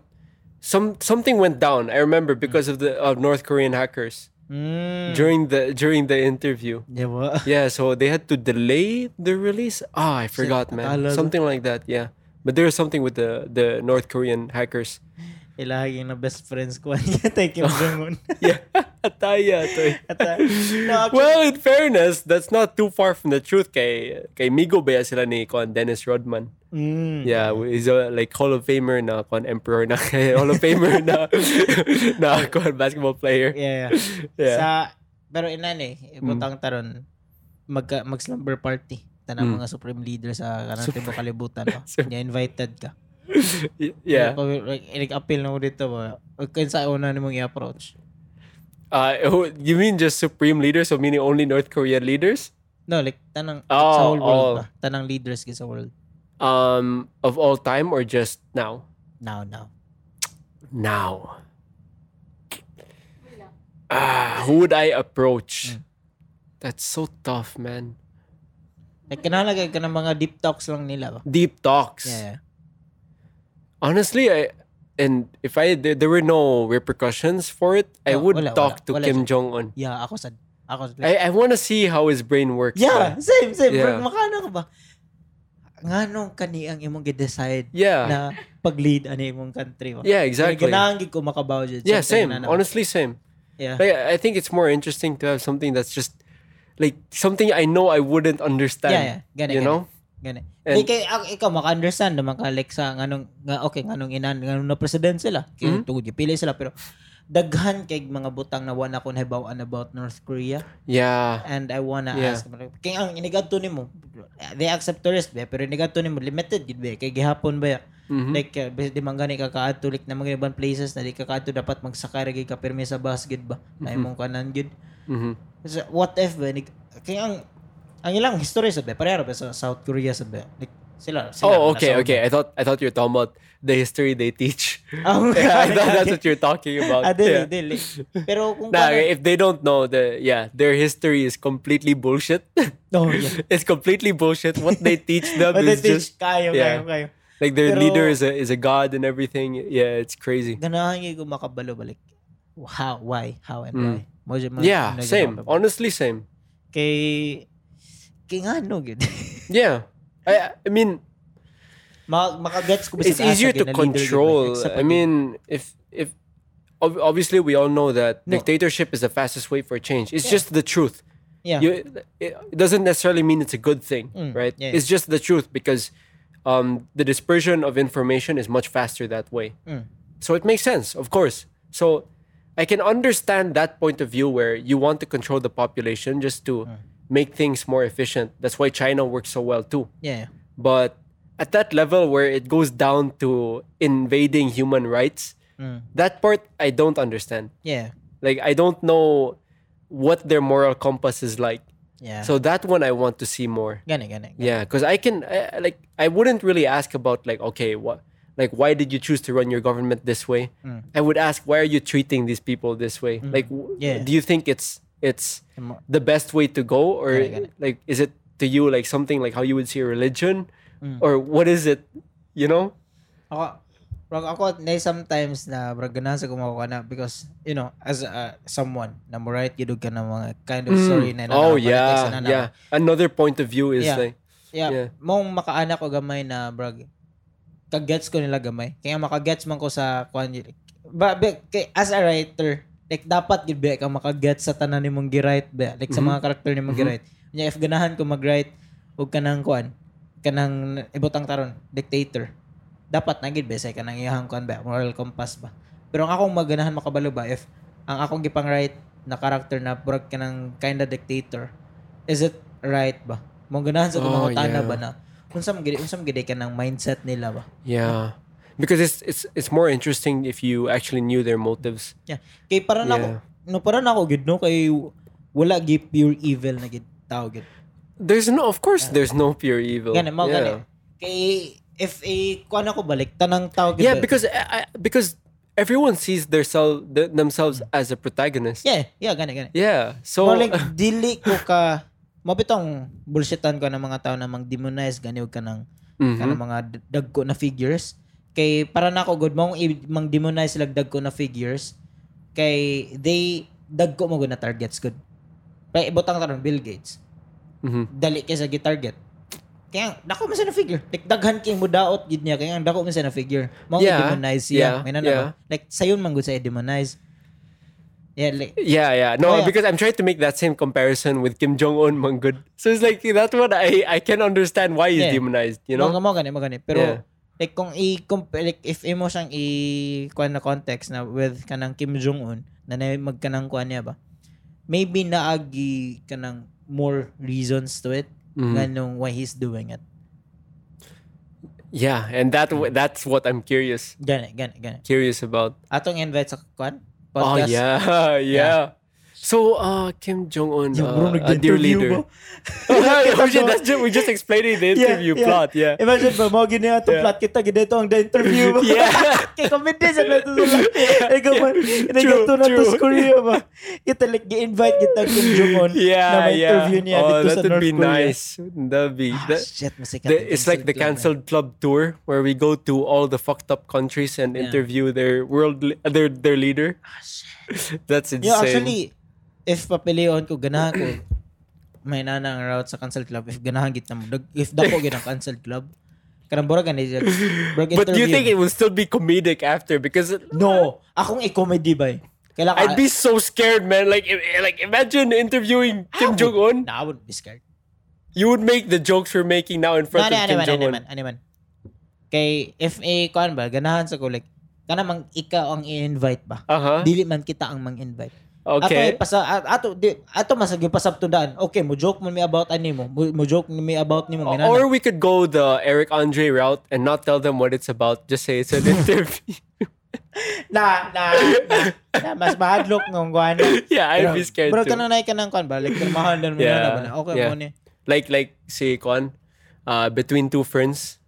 Some something went down. I remember because of the of North Korean hackers Mm. during the during the interview. Yeah, wa. Yeah, so they had to delay the release. Ah, I forgot, man. patalo. Something like that. Yeah, but there was something with the the North Korean hackers. Ilahaging na best friends ko niya tay Kim Jong Un. Yeah, ataya, atoy. At, uh, no, actually, Well, in fairness, that's not too far from the truth. Kay kay Migo ba sila ni kon Dennis Rodman? mm. Yeah, he's a like Hall of Famer na kon Emperor na kay Hall of Famer na na kon basketball player. yeah. yeah. Yeah. Hmm. Sa pero inan eh, butang taron mag mag slumber party. tanang mga supreme leader sa kanang tibo kalibutan ba? Nga invited ka. Y- yeah. Kaya pa- like, Nag-appeal na mo dito ba? Huwag kayo sa una ni mong i-approach. Uh, who- you mean just supreme leaders? So meaning only North Korean leaders? No, like tanang Oh, sa whole world oh. ba? Tanang leaders ka sa world. Um, of all time or just now? Now, now. Now. Wala. Ah, who would I approach? That's so tough, man. Like, kinahalagay ka ng mga deep talks lang nila ba? Deep talks. Yeah, yeah. Honestly, I and if I there, there were no repercussions for it, I No, would Oh, wala, talk wala, to wala Kim siya. Jong Un. Yeah, ako sa... Ako, like, I, I want to see how his brain works. yeah, man. same, same. Eh, Yeah. Bro, makano ka ba? Nga nung kani ang imong gi-decide Yeah. na pag-lead ani imong country ba? Yeah, exactly. Ganahangi ko makabaw dyan. Yeah, same. Something na na- Honestly, same. Yeah. Like, I I think it's more interesting to have something that's just like something I know I wouldn't understand. Yeah, yeah. Gana, you gana. know? Gani. And- Like, kay, ak- ah, ikaw, maka-understand naman ka, like, sa nganong, nga, okay, nganong inan, nganong na-president sila. Hmm. Kaya tungod yung pili sila, pero daghan kay mga butang na wala akong hibawaan about North Korea Yeah. and I wanna Yeah. ask kay ang inigadto nimo they accept tourists ba pero inigadto nimo limited gid ba kay gihapon ba Mhm. like uh, basi di man gani ka kaadto like na mga ibang places na di ka kaadto dapat magsakay ra gyud ka pirmi sa bus gid ba Hmm. na imong kanan gid Mhm. So, what if ba? Like, kaya ang, ang ilang history sa ba? Pareho ba sa South Korea sa ba? Like, sila, sila. Oh, okay, nasa- okay. I thought I thought you were talking about the history they teach. Oh, Yeah, I thought that's okay. what you're talking about. Ah, Yeah. dili, dili. Pero kung Nah, kana- if they don't know the yeah, their history is completely bullshit. No, Oh, yeah. it's completely bullshit. What they teach them But is they just teach, kayo, yeah. kayo, kayo. like their Pero- leader is a is a god and everything. Yeah, it's crazy. Ganahan yung makabalo balik. How, why, how, and Mm. why. Mo, mo- Yeah, mo- same. mo- Honestly, same. Kay, kay nga no, gid. Yeah. I I mean, Ma- makagets ko it's bisag asa easier to gid na leader gid ba, control. except I pag- mean, if if ob- obviously we all know that No. dictatorship is the fastest way for change. It's just the truth. yeah. You, it doesn't necessarily mean it's a good thing, Mm, right? yeah, It's just the truth because um, the dispersion of information is much faster that way. Mm. So it makes sense, of course. So I can understand that point of view where you want to control the population just to Mm. make things more efficient. That's why China works so well too. yeah, yeah. But at that level where it goes down to invading human rights, Mm. that part I don't understand. Yeah. Like I don't know what their moral compass is like. Yeah. So that one I want to see more. gani, gani. gani. Yeah, because I can I, I- like I wouldn't really ask about like okay what like why did you choose to run your government this way? Mm. I would ask why are you treating these people this way? Like w- Yeah. do you think it's it's Mo- the best way to go or Got it, got it. like is it to you like something like how you would see a religion Mm. or what is it? You know? Ako, bro, ako na sometimes na bro, ganasa gumawa na because, you know, as uh, someone na mo right, gidug ka ng mga kind of story na oh nanakapolitics na yeah, nanaka- yeah. Another point of view is Yeah. like Yeah, Yeah. mong makaanak ko gamay na brag. Kagets ko nila gamay. Kaya makagets man ko sa kwan yun. Ba, ba- kay, as a writer, like dapat gid ba ka makagets sa tanan nimong gi-write ba, like sa mga karakter nimong gi-write. Nya if ganahan ko mag-write ug kanang kwan, kanang ibutang taron, dictator. Dapat na gid ba say kanang iyahang kwan ba, moral compass ba. Pero ang akong maganahan makabalo ba if ang akong gipang-write na karakter na brag kanang kinda dictator, is it right ba? Mo ganahan sa Oh, mga yeah. tana ba na unsam gid unsam gid ka ng mindset nila ba? yeah. Because it's it's it's more interesting if you actually knew their motives. Yeah. Kay para na ako, Yeah. no para na ako gid no kay wala gi pure evil na gid tao gid. There's no, of course, there's no pure evil. Gani mao yeah. gani. Kay if a kuan ako balik tanang tao gid. Yeah, ba- because eh, I, I, because everyone sees their self, th- themselves as a protagonist. yeah, yeah gani gani. Yeah. So More like dili ko ka mabitong bullshitan ko ng mga tao na mang-demonize gani ug kanang Mhm. kanang Ano, mga d- dagko na figures kay para na ako good mong i- mang demonize sila dagko na figures kay they dagko mo gud na targets good pa ibutang taron Bill Gates Mhm. dali kay sa target kaya dako man siya na figure like daghan kay mudaot gid niya kaya ang dako man siya na figure mong Yeah, demonize siya yeah, may na yeah. ba? like sayon man gud sa demonize yeah like yeah, yeah. No, Oh, yeah. because I'm trying to make that same comparison with Kim Jong Un, man. Good. So it's like that's what I I can understand why he's Yeah. demonized. You Mga know. mga gani, mga gani. Pero, Yeah. like, kung i like, if imo siyang i kuan na context na with kanang Kim Jong-un, na na magkanang kuan niya ba, maybe naagi kanang more reasons to it. Mm. Mm-hmm. ganung why he's doing it. Yeah, and that w- that's what I'm curious Gani, gani, gani. curious about. Atong invite sa kwan? Oh Podcast. yeah, yeah. So uh, Kim Jong Un, Yung bro, uh, a dear nag-interview leader. mo. oh, shit, that's just, we just explained the Yeah, interview yeah. plot. Yeah, Imagine ba, mo gini ato Yeah. plot kita, gini ito ang interview mo. Yeah. Kay komedi sa nato sa lahat. Ay ko man, True, nagato na to true. sa Korea ba. Kita like, gi-invite kita Kim Jong-un na yeah, yeah. ma-interview niya Oh, dito sa that would North be Korea. nice. That'd be Ah, that- shit, masikat the- yung it's like the cancel cancelled club tour where we go to all the fucked up countries and Yeah. Ah, interview their world le- uh, their their leader. That's insane. Yo, actually, if papiliyon ko, ganahan ko, may nanang route sa cancel club. If ganahan git na mo, dag- if dako gid ang cancel club, kanang bura gani siya. Bro, but do you interview. think it will still be comedic after? Because No, akong i-comedy ba eh. Kailangan I'd be so scared, man. Like, i- like imagine interviewing Kim Jong Un. Nah, I would be scared. You would make the jokes we're making now in front Nani, of Kim animan, Jong animan, Un. animan. ano Kay, if eh, kuan ba, ganahan sa ko, like, kana mang ikaw ang i-invite ba? Uh huh. Dili man kita ang mang-invite. Ato, Okay. ipasa, a- ato, di, ato masagyo pasabtundaan. Okay, mo joke mo mi about ani mo. Mo, mo joke mo mi about ni mo. minana. Or we could go the Eric Andre route and not tell them what it's about. Just say it's an interview. na, na, na, na, mas mahadlok ng guwan. yeah, I'd be scared Bro, too. kananay ka ng kwan ba? Like, pirmahan din mo Yeah, na ba na. Okay, yeah. mo ni. like like say Kwan, uh, between two friends.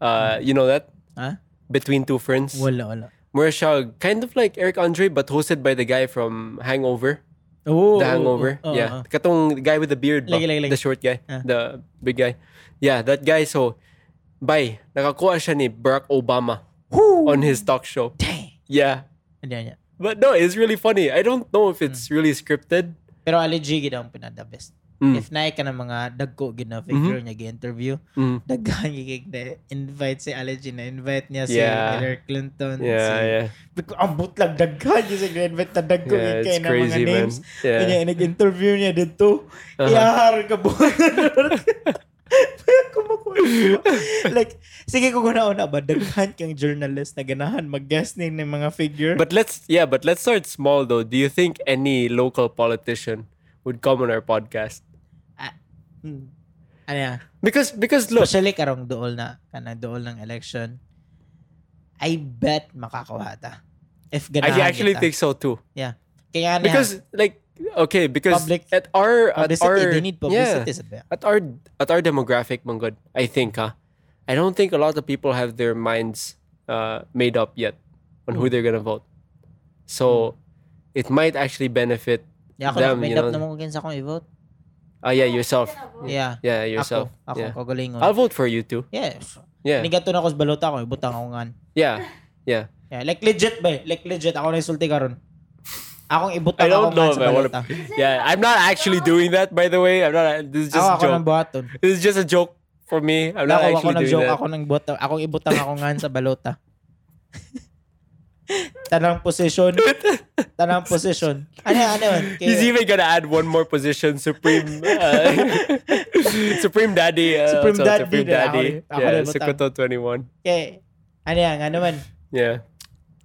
Hmm. Uh, you know that Ha? between two friends. Wala, wala. Mura siya kind of like Eric Andre but hosted by the guy from Hangover. Oo, oo, The Hangover. oo, oo, yeah. oo. Katong guy with the beard. ba? oh, Lagi, lagi, lagi. The short guy. Ah. The big guy. Yeah, that guy. So, bye. Nakakuha siya ni Barack Obama Woo! on his talk show. Dang! Yeah. Hindi, hindi. But no, it's really funny. I don't know if Hmm. it's really scripted. Pero aligi gid ang pinada best. Mm. Mm-hmm. If naay ka ng mga dagko gid na figure niya gi-interview, Mm. daghan gig na invite si aligi na invite niya si Yeah. Hillary Clinton. si, Yeah, yeah. Bik- Ang butlag daghan gid sa invite na dagko Yeah, gid kay it's na mga crazy, man. names. Yeah. Kanya nag-interview niya dito. Uh-huh. Iyahar ka buwan. Kumukuha. like, sige ko na una ba, daghan kang journalist na ganahan mag-guest ni ng mga figure. But let's yeah, but let's start small though. Do you think any local politician would come on our podcast? Hmm. ano yan? Because because look, Especially karong dool na, kanang dool ng election, I bet makakuha ta. If I ganahan actually kita. think so too. Yeah. Kaya niya, Because like okay, because Public- at our at publicity, our they need publicity. sa ba? yeah, at our at our demographic, Mangod, I think huh. I don't think a lot of people have their minds uh, made up yet on who Hmm. they're gonna vote. So it might actually benefit Yeah, ako them, na, you made up know. naman kung kinsa akong i-vote. Oh yeah, yourself. Yeah. Yeah, yourself. Ako, ako, yeah. kagalingon. I'll vote for you too. Yeah. Yeah. Nigato na ako sa balota ko, ibutang ako ngan. Yeah. Yeah. Yeah, like legit ba? eh. Like legit ako na isulti karon. Akong I ibutang ako don't know ngan if sa I want balota. to. Yeah, I'm not actually doing that, by the way. I'm not. This is Ako just ako a joke. nang buhaton. This is just a joke for me. I'm not ako ako actually nang doing joke, that. ako nang butang, akong ibutang ako ngan sa balota. tanang position. Tanang position. Ano yan, ano yan? Kay- He's even gonna add one more position, supreme, uh, supreme daddy, uh, Supreme so daddy supreme na, ako daddy. rin- ako yeah, rin butang. Sokoto twenty one. kay- ano yan, ano man? Yeah.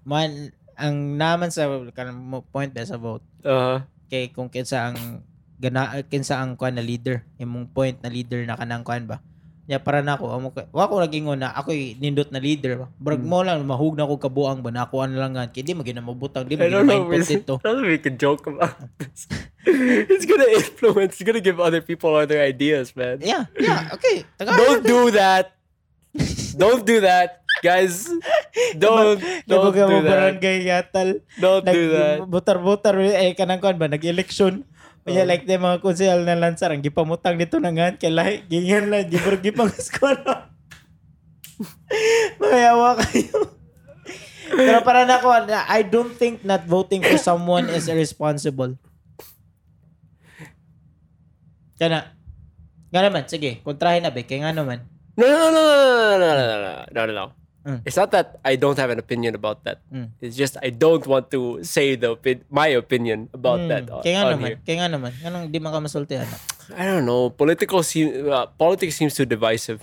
Man, ang naman sa kanang mo- point ba sa vote Uh, kay kung kinsa ang gana kinsa ang kuan na leader imong point na leader na kanang kuan ba nya para na ako amo ka wa ko nagingon na ako'y nindot na leader ba brag mo lang mahug na ko kabuang ba na ako ano lang gan kay di magina mabutang di I don't magina know. input Is, dito I don't make a joke about this. it's gonna influence. It's gonna give other people other ideas, man. yeah yeah okay taga Don't do that. Don't do that, guys. Don't don't do Nabuga mo that. barangay yatal. Don't Nag, do that. Butar-butar eh kanang kuan ba nag-election. Kaya Oh. like the mga konsehal na lansar ang gipamutang nito na ngan kay lahi gingan lang gibor gipangaskwala. Mayawa kayo. Pero para na ko, na- I don't think not voting for someone is irresponsible. Kana. Nga naman, sige, kontrahin na ba, kaya nga naman. No, no, no, no, no, no, no, no, no, no, no. Mm. It's not that I don't have an opinion about that. Mm. It's just I don't want to say the opi- my opinion about Hmm, that on, kaya nga on naman, here. kaya nga naman. Ganun, di man ka masulti, ano? I don't know. Political seem, uh, politics seems too divisive.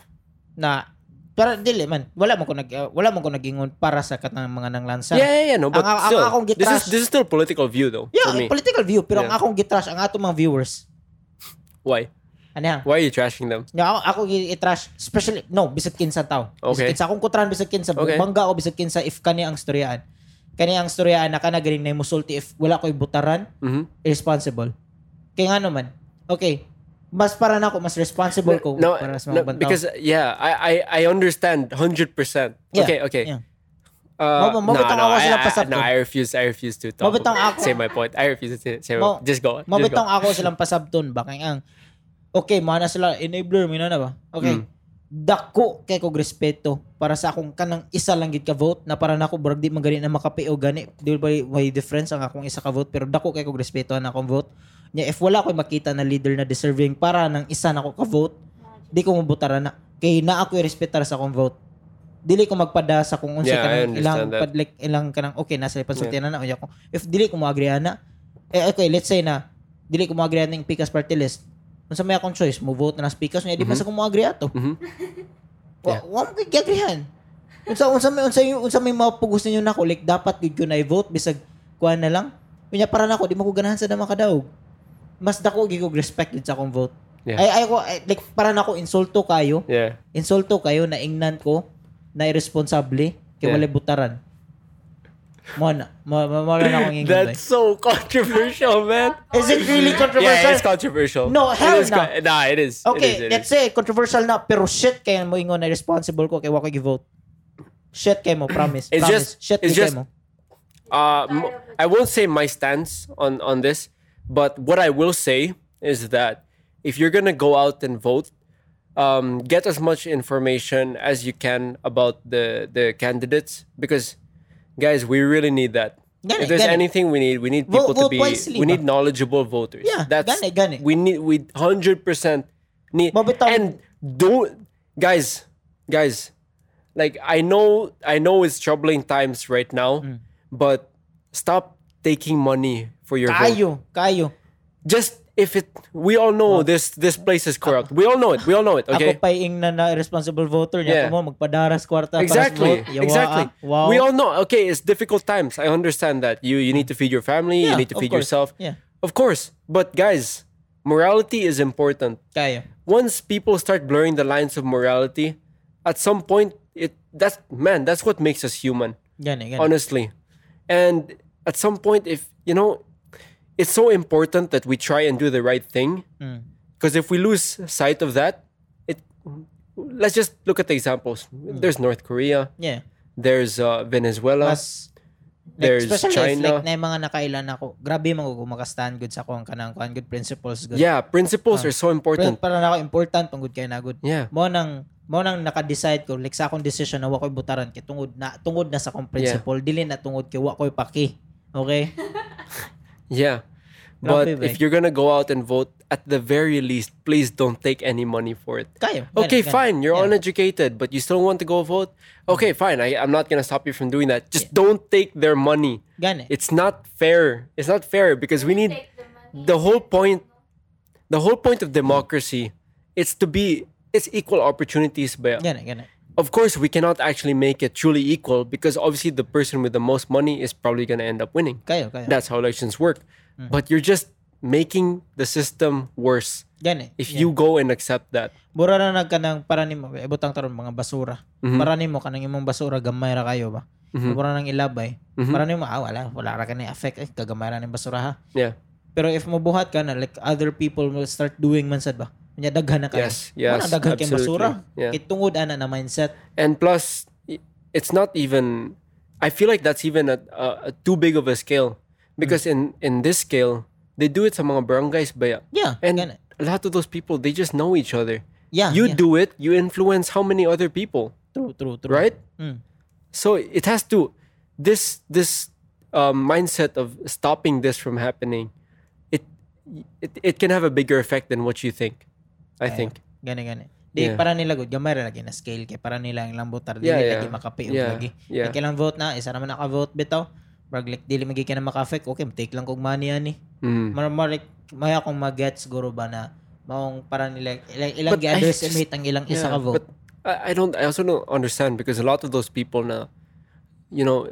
na pero dili man wala man ko nag uh, wala man ko nagingon para sa katang mga nang lansa. yeah, yeah, yeah, no, but ang- ang- still, akong this is gitras- this is still political view though Yeah, for me. political view pero ang Yeah. akong gitrash ang ato mga viewers. Why? Ano yan? Why are you trashing them? Nga ako, ako gi- i-trash. Especially, no, bisag kinsa tao. Okay. Bisag kinsa. Kung kutran bisag kinsa, Okay. bangga ako bisag kinsa if kani ang storyaan. Kani ang storyaan na kanagaling na musulti if wala ko'y butaran, Mhm. irresponsible. Kaya nga naman, okay, mas para na ako, mas responsible ko No, para sa no, mga bantaw. because yeah, I I, I understand hundred percent. Yeah, Okay, okay. yeah. Uh, Mab- mabutang ako I, sila I- pasap no, ko. I refuse. I refuse to talk. Mabutang ako. Say my point. I refuse to say. say my- Ma- just go. on, just Mabutang go. ako silang pasabton ba? Kaya ang, okay, mga na sila, enabler, may na na ba? Okay. Mm. Dako kay kog respeto para sa akong kanang isa lang gid ka vote na para nako burag di man gani na makapi o gani di ba may difference ang akong isa ka vote pero dako kay kog respeto na akong vote nya if wala koy makita na leader na deserving para ng isa nako ka vote di ko mubutara na kay naa ko respetar sa akong vote dili ko magpada sa kung unsa Yeah, I kanang understand ilang that. pad, like, ilang kanang okay nasa pasultian na na unya ko if dili ko agree na eh okay let's say na dili ko agree na yung Picas party list unsa may akong choice mo vote na sa Picas unya di man Mhm. sa ko agree ato Mhm. wa wa mo gyud agreehan unsa unsa may unsa yung unsa may mapugusan niyo nako like dapat gyud ko na i-vote bisag kuan na lang unya para nako di mo ko ganahan sa dama kadaog mas dako gyud ko respect yun sa akong vote Yeah. ay ay ko ay, like para nako insulto kayo Yeah. insulto kayo na ingnan ko na irresponsable kay Yeah. wala butaran. Mo na, mo mo mo na akong ingnan. That's so controversial, man. Is it really Yeah, controversial? it's controversial. No, It hell is no. con- nah, it is. okay, it is, it is. let's say controversial na pero shit kay mo ingon na responsible ko kay wa ko gi-vote. Shit kay mo, promise. It's promise. just- shit it's kay just- mo. Uh, m- I won't say my stance on on this, but what I will say is that if you're gonna go out and vote, um, get as much information as you can about the the candidates because, guys, we really need that. Gani, if there's gani. anything we need, we need Vote- people to vote be wisely we ba? need knowledgeable voters. Yeah, that's gani, gani. we need we hundred percent need Mabitaw- and don't guys guys like I know I know it's troubling times right now, Mm. but stop taking money for your vote. Kayo, kayo. Just if it we all know this this place is corrupt. We all know it. We all know it. Okay. Ako pa ingnan na irresponsible voter Yeah. niya. Ako mo magpadaras kwarta Exactly. para sa vote. Yawa, exactly. ah, Wow. We all know. Okay, it's difficult times. I understand that. You you need to feed your family, you Yeah, need to of feed course. yourself. Yeah. Of course. But guys, morality is important. kayo. Once people start blurring the lines of morality, at some point it that's man, that's what makes us human. Gani, gani. honestly. And at some point, if you know, it's so important that we try and do the right thing. Mm. Because if we lose sight of that, it let's just look at the examples. There's North Korea. Yeah. There's uh, Venezuela. Mas There's especially if China. like na yung mga nakailan ako, grabe mga kung makastand good sa kong kanang kuan good principles good. yeah, principles are so important. Para na ako important pang good kay na good. Yeah. Mo nang mo nang naka-decide ko like sa akong decision na wa koy butaran kay tungod na tungod na sa akong principle, dili na tungod kay wa koy paki. Okay? Yeah. But Grabe ba eh. if you're gonna go out and vote, at the very least, please don't take any money for it. Kayo. gani, Okay, gani. fine. You're Yeah. Mm-hmm. uneducated, but you still want to go vote. Okay, fine. I, I'm not gonna stop you from doing that. Just don't take their money. Gani. It's not fair. It's not fair because we need Take the money. the whole point. The whole point of democracy, it's to be it's equal opportunities. But Gani, gani. of course, we cannot actually make it truly equal because obviously the person with the most money is probably gonna end up winning. Kayo, kayo. That's how elections work. Mm-hmm. But you're just making the system worse gani. if Yeah. you go and accept that. Mura na nagkanang para nimo ibutang taron mga basura. Hmm. Mm-hmm. Para nimo kanang imong basura gamay ra kayo ba. Mura nang ilabay. Hmm. Mm-hmm. Para nimo ah, wala wala ra kani affect eh kagamay ra ning basura ha. Yeah. Pero if mabuhat ka na like other people will start doing man sad ba. Kanya daghan na kayo. Yes, yes, Wala daghan kay absolutely. basura. Yeah. Kay tungod ana na mindset. And plus, i- it's not even. I feel like that's even a, a, a too big of a scale because Hmm. in in this scale they do it sa mga barangays ba? Yeah. And gani. a lot of those people they just know each other. Yeah. You Ah, yeah. do it, you influence how many other people, True, true, true. right? Mm. So it has to this this um, mindset of stopping this from happening. It, it it can have a bigger effect than what you think. I think. Gani, gani. Di, Yeah. para nila good. Gamay ra lagi na scale kay para nila ang lang botar. Yeah, dili yeah. lagi makapiog Yeah, lagi. yeah. Like, ilang vote na, isa naman naka-vote bitaw. Brag like, dili magi ka na maka-affect. Okay, take lang kog money ani. Mm. Mar mar like, may akong mag-gets siguro ba na maong para nila ilang, ilang But I gi-underestimate ang ilang isa Yeah, ka But vote. I, I don't. I also don't understand because a lot of those people now, you know,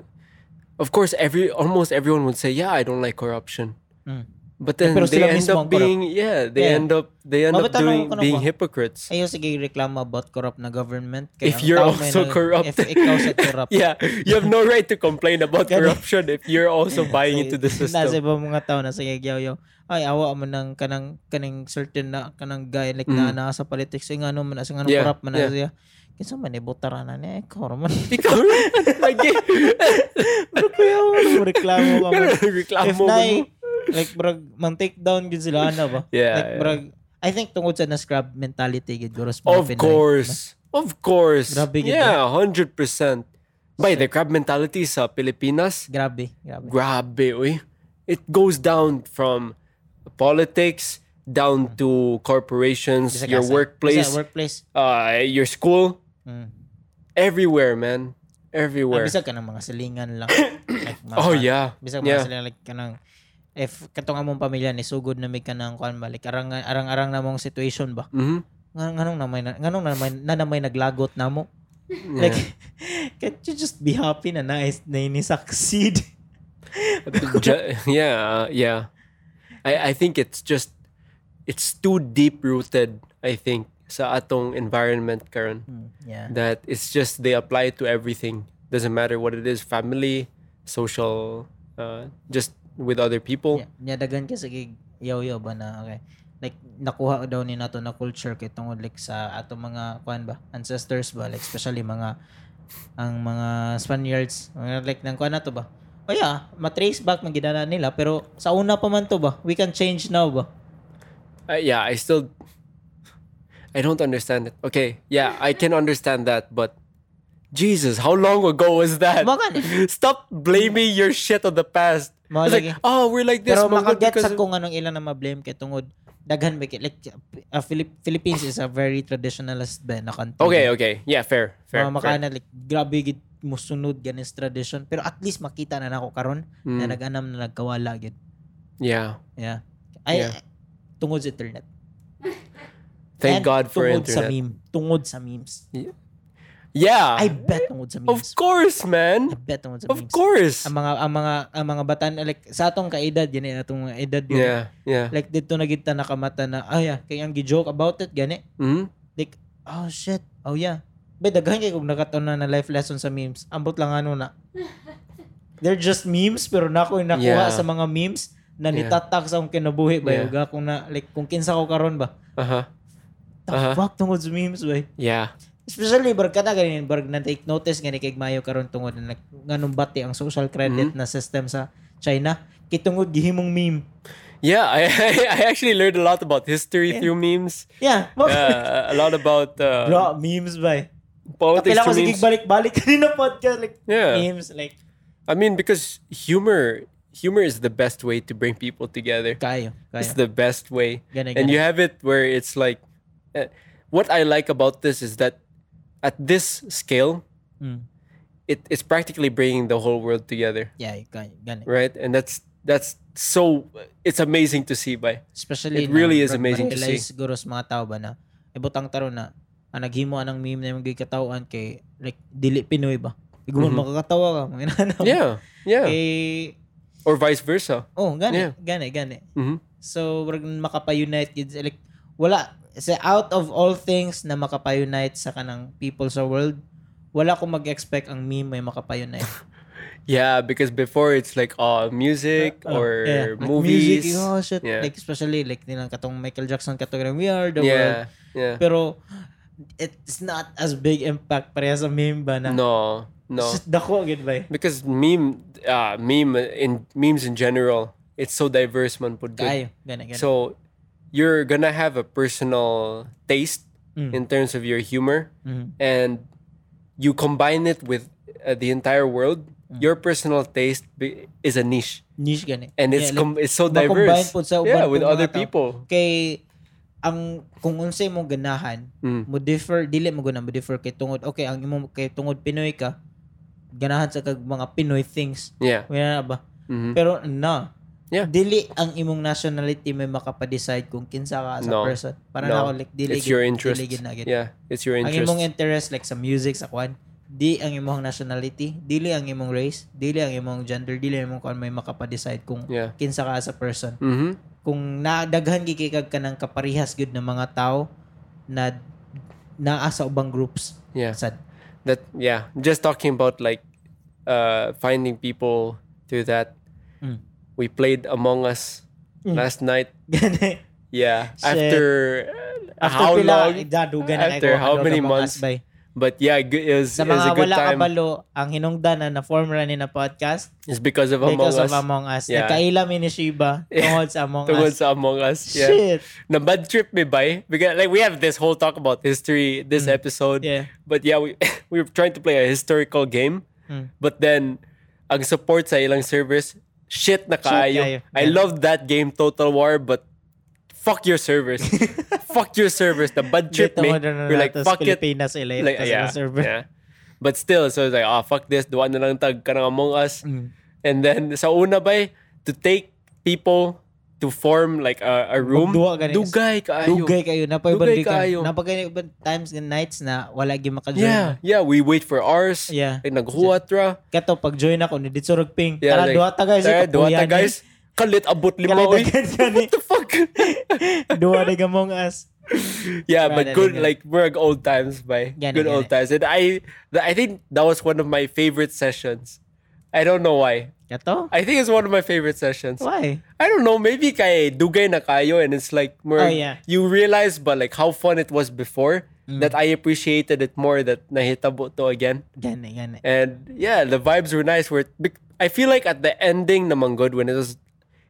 of course, every almost everyone would say, "Yeah, I don't like corruption," Mm. But then pero they sila end mismo up ang corrupt. being yeah, they Yeah. end up they end up Mabatanong doing ko na being ba? hypocrites. Ayaw sige reklamo about corrupt na government. If ang you're tao may also nag- corrupt. If ikaw sa corrupt. Yeah, you have no right to complain about Ganun. corruption if you're also buying into the Nasa system. iba mga tao na sige yaw yaw. Ay awa mo ng kanang kanang certain na kanang guy like Mm. na naa sa politics sing ano man sing ano Yeah, corrupt man yeah. na siya. Kinsa man ibutara na ni ikaw man. Ikaw rin, lagi. Pero kuya mo reklamo ka man. If Reklamo mo. na like brag man take down gid sila ana ba? Yeah, Like yeah. brag I think tungod sa na scrub mentality gid guro sa mga Of Pinoy. course. Of course. Grabe yun, yeah, 100%. By the crab mentality sa Pilipinas, Grabe, grabe. grabe, uy. It goes down from politics down to corporations, Bisag your asa. workplace, Bisag workplace. uh, your school, Mm. everywhere, man. Ah, Everywhere. bisag ka ng mga silingan lang. like, mga- Oh, yeah. Bisag Yeah. mga silingan like kanang if katong among pamilya ni sugod na may kanang kuan balik arang arang arang na mong situation ba Mhm. nga nganong namay na- nganong namay na namay naglagot namo Yeah. like can't you just be happy na na na ni succeed Ju- yeah, uh, yeah. I I think it's just it's too deep rooted. I think sa atong environment karon yeah that it's just they apply it to everything. Doesn't matter what it is, family, social, uh, just with other people. Yeah, niyadagan kasi kay yaw-yaw ba na okay. Like nakuha daw ni nato na culture kay tungod like sa ato mga kuan ba ancestors ba like especially mga ang mga Spaniards mga like nang kuan nato ba. Oh yeah, matrace back man ginana nila pero sa una pa man to ba we can change now ba. Uh, yeah, I still I don't understand it. Okay, yeah, I can understand that, but Jesus, how long ago was that? Mga kan. Stop blaming your shit on the past. Mga It's like, lagi. oh, we're like this. Pero mga good makaget because sa of-" kung anong ilan na ma-blame kay tungod daghan ba kay like uh, Philip- Philippines is a very traditionalist ba na country. Okay, okay. Yeah, fair. Fair. Mga fair. makana, like, grabe gid musunod ganis tradition. Pero at least makita na nako karon Mm, na nag-anam na nagkawala gid. yeah. Yeah. Ay, Yeah. tungod sa internet. Thank And God for tungod internet. sa meme. Tungod sa memes. Yeah. I bet tungod sa memes. Ah. of course, I man. bet tungod sa Of memes. course. Ang mga ang mga ang mga batan like sa atong kaedad gani atong mga edad yun. Yeah, yeah. Like dito nagita nakamata na ah yeah, kay ang gi-joke about it gani. Mhm. Like oh shit. Oh yeah. Be daghan kay kung nakataon na na life lesson sa memes. Ambot lang ano na. They're just memes pero nako yung Yeah. nakuha sa mga memes na Yeah. nitatak sa akong kinabuhi ba Yeah. yeah. kung na like kung kinsa ko karon ba Uh-huh. the Aha. fuck tungod sa memes, wey. Yeah. Especially, barg ka na ganyan, barg na take notice, ganyan kay Mayo karon tungod na nag- nganong bati ang social credit Mm-hmm. na system sa China. Kitungod gihimong meme. Yeah, I, I actually learned a lot about history through memes. Yeah, yeah. Yeah, a lot about uh, Bro, memes, bay. politics Kapila ko through memes. sige balik-balik kanina podcast, like, Yeah. memes, like, I mean, because humor humor is the best way to bring people together. kayo, kayo. It's the best way. Gana, and gana. you have it where it's like uh, what i like about this is that at this scale Mm. it, it's practically bringing the whole world together Yeah, kayo, ganyan. right and that's that's so it's amazing to see by It Especially really is amazing to realize siguro sa mga tao ba na ibutang taro na ang naghimo anang meme na yung gikatawaan kay like dili Pinoy ba. Iguman Mhm. makakatawa ka, mga inanaw. yeah yeah Oh. Eh, or vice versa oh, Yeah. gani, gani, gani. Mhm. So, wag makapa-unite kids like wala sa out of all things na makapa-unite sa kanang people sa world, wala akong mag-expect ang meme may makapa-unite. yeah because before it's like uh music Oh, or yeah. Like, movies music, oh shit. Yeah. Like especially like nilang katong Michael Jackson katong we are the world. yeah yeah Pero it's not as big impact pareha sa meme ba na. no no Shit, dako gid ba? eh. because meme uh meme in memes in general it's so diverse man pud good. Kayo, gani gani. So you're gonna have a personal taste Mm. in terms of your humor, Mhm. and you combine it with uh, the entire world. Hmm. Your personal taste be- is a niche, niche gani. and it's Yeah, com- like, it's so makombine diverse. po sa uban yeah, po with mga other tao. people. kay ang kung unsay mong ganahan Mm. mo differ dili mo guna mo differ kay tungod okay ang imo kay tungod Pinoy ka ganahan sa kag mga Pinoy things Yeah. wala na ba Mhm. pero na Yeah. dili ang imong nationality may makapa-decide kung kinsa ka as a No. person para No. na ako like dili It's your gid- interest. dili gid na gid. Yeah, it's your ang interest. imong interest like sa music sa kwan di ang imong nationality, dili ang imong race, dili ang imong gender, dili ang imong kung may makapa-decide kung Yeah. kinsa ka as a person. Mm-hmm. Kung nadaghan gikikag ka ng kaparihas gud ng mga tao na naa sa ubang groups. Yeah. Sad. That yeah. Just talking about like uh finding people through that. Mm. We played Among Us Mm. last night. Gani. Yeah. Shit. After, uh, After how pila, long? dadugan na kay After ko, how ano many ka mga months? asbay. But yeah, g- it was, Sa it was a mga good wala time. kabalo, ang hinungdanan na former ni na podcast It's because of Among because Us. of Among Us. Yeah. Nagkaila mi ni Shiba Yeah. tungod sa Among Tungod Us. sa Among Us. Yeah. Shit. Na bad trip me by because like we have this whole talk about history this Mm. episode. Yeah. But yeah, we we were trying to play a historical game. Mm. But then ang support sa ilang servers shit na kaayo. kayo. I Yeah. love that game Total War but fuck your servers. fuck your servers. The bad trip Dito me. mo na We're like natas fuck it. Pilipinas ila Like, yeah, server. yeah. But still, so it's like, oh, fuck this. Duwa na lang tag ka ng Among Us. Mm. And then, sa una ba, eh, to take people to form like a, a room. Magduwa ka rin. Dugay kaayo. Dugay kayo napaiban Dugay di ka. kaayo. Napagay ibang times and nights na wala gyud maka-join. Yeah, yeah. We wait for ours. Yeah. Like, naghuwat ra. Kato pag join ako ni Ditsurog Ping. Yeah, Tara like, duha ta guys. Tara, ikaw duwa ta, kuyanin. Eh, guys. Kalit abot lima, Kalit oy. agad yan, eh. What the fuck? duha na gamong us. yeah, Tara, but good, dali, dali. like, we're like old times, by Gani, Good old times. And I, th- I think that was one of my favorite sessions. I don't know why. Kato? I think it's one of my favorite sessions. Why? I don't know, maybe kay dugay na kayo and it's like more Oh, yeah. Mm. you realize but like how fun it was before that I appreciated it more that nahitabo to again. Gani, gani. And yeah, the vibes were nice where bec- I feel like at the ending naman good when it was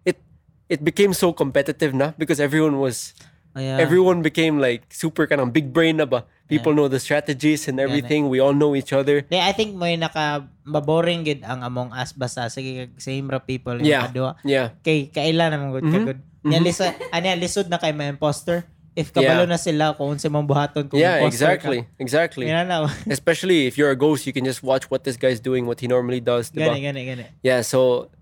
it it became so competitive na because everyone was Oh, yeah. everyone became like super kind of big brain na ba. People know the strategies and everything. We all know each other. Then I think mo naka maboring gid ang Among Us basta sige kag same ra people yung Yeah. Mhm. kadua. Yeah. Kay kaila na mong good ka good. Nya lisa anya lisod na kay may imposter. If kabalo Yeah. na sila kung unsa mong buhaton kung Yeah, imposter exactly. Ka. Exactly. Yan na. Especially if you're a ghost, you can just watch what this guy's doing, what he normally does. diba? gani gani gani. Yeah, so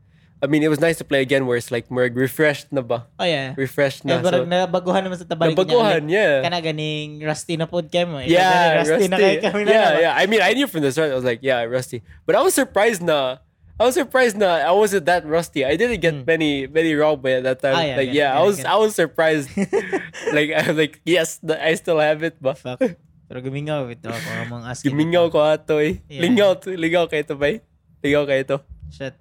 I mean, it was nice to play again where it's like we're refreshed na ba? Oh yeah. Refreshed na. Kaya parang So, nabaguhan naman sa tabalik Nabaguhan, yeah. Kana ganing rusty na pod kayo mo. eh. yeah, Ganing rusty. rusty, na kayo kami na. yeah, naman. yeah. I mean, I knew from the start. I was like, yeah, rusty. But I was surprised na. I was surprised na I wasn't that rusty. I didn't get many many wrong by that time. Hmm. Ah, yeah, like get it, yeah, I get it, was get it. I was surprised. like I'm like yes, th- I still have it. But Fuck. Pero gumingaw ito ako among asking. gimingaw ko ato eh. Yeah. Lingaw to, lingaw kayo to ba? eh? Lingaw kayo to. Shit.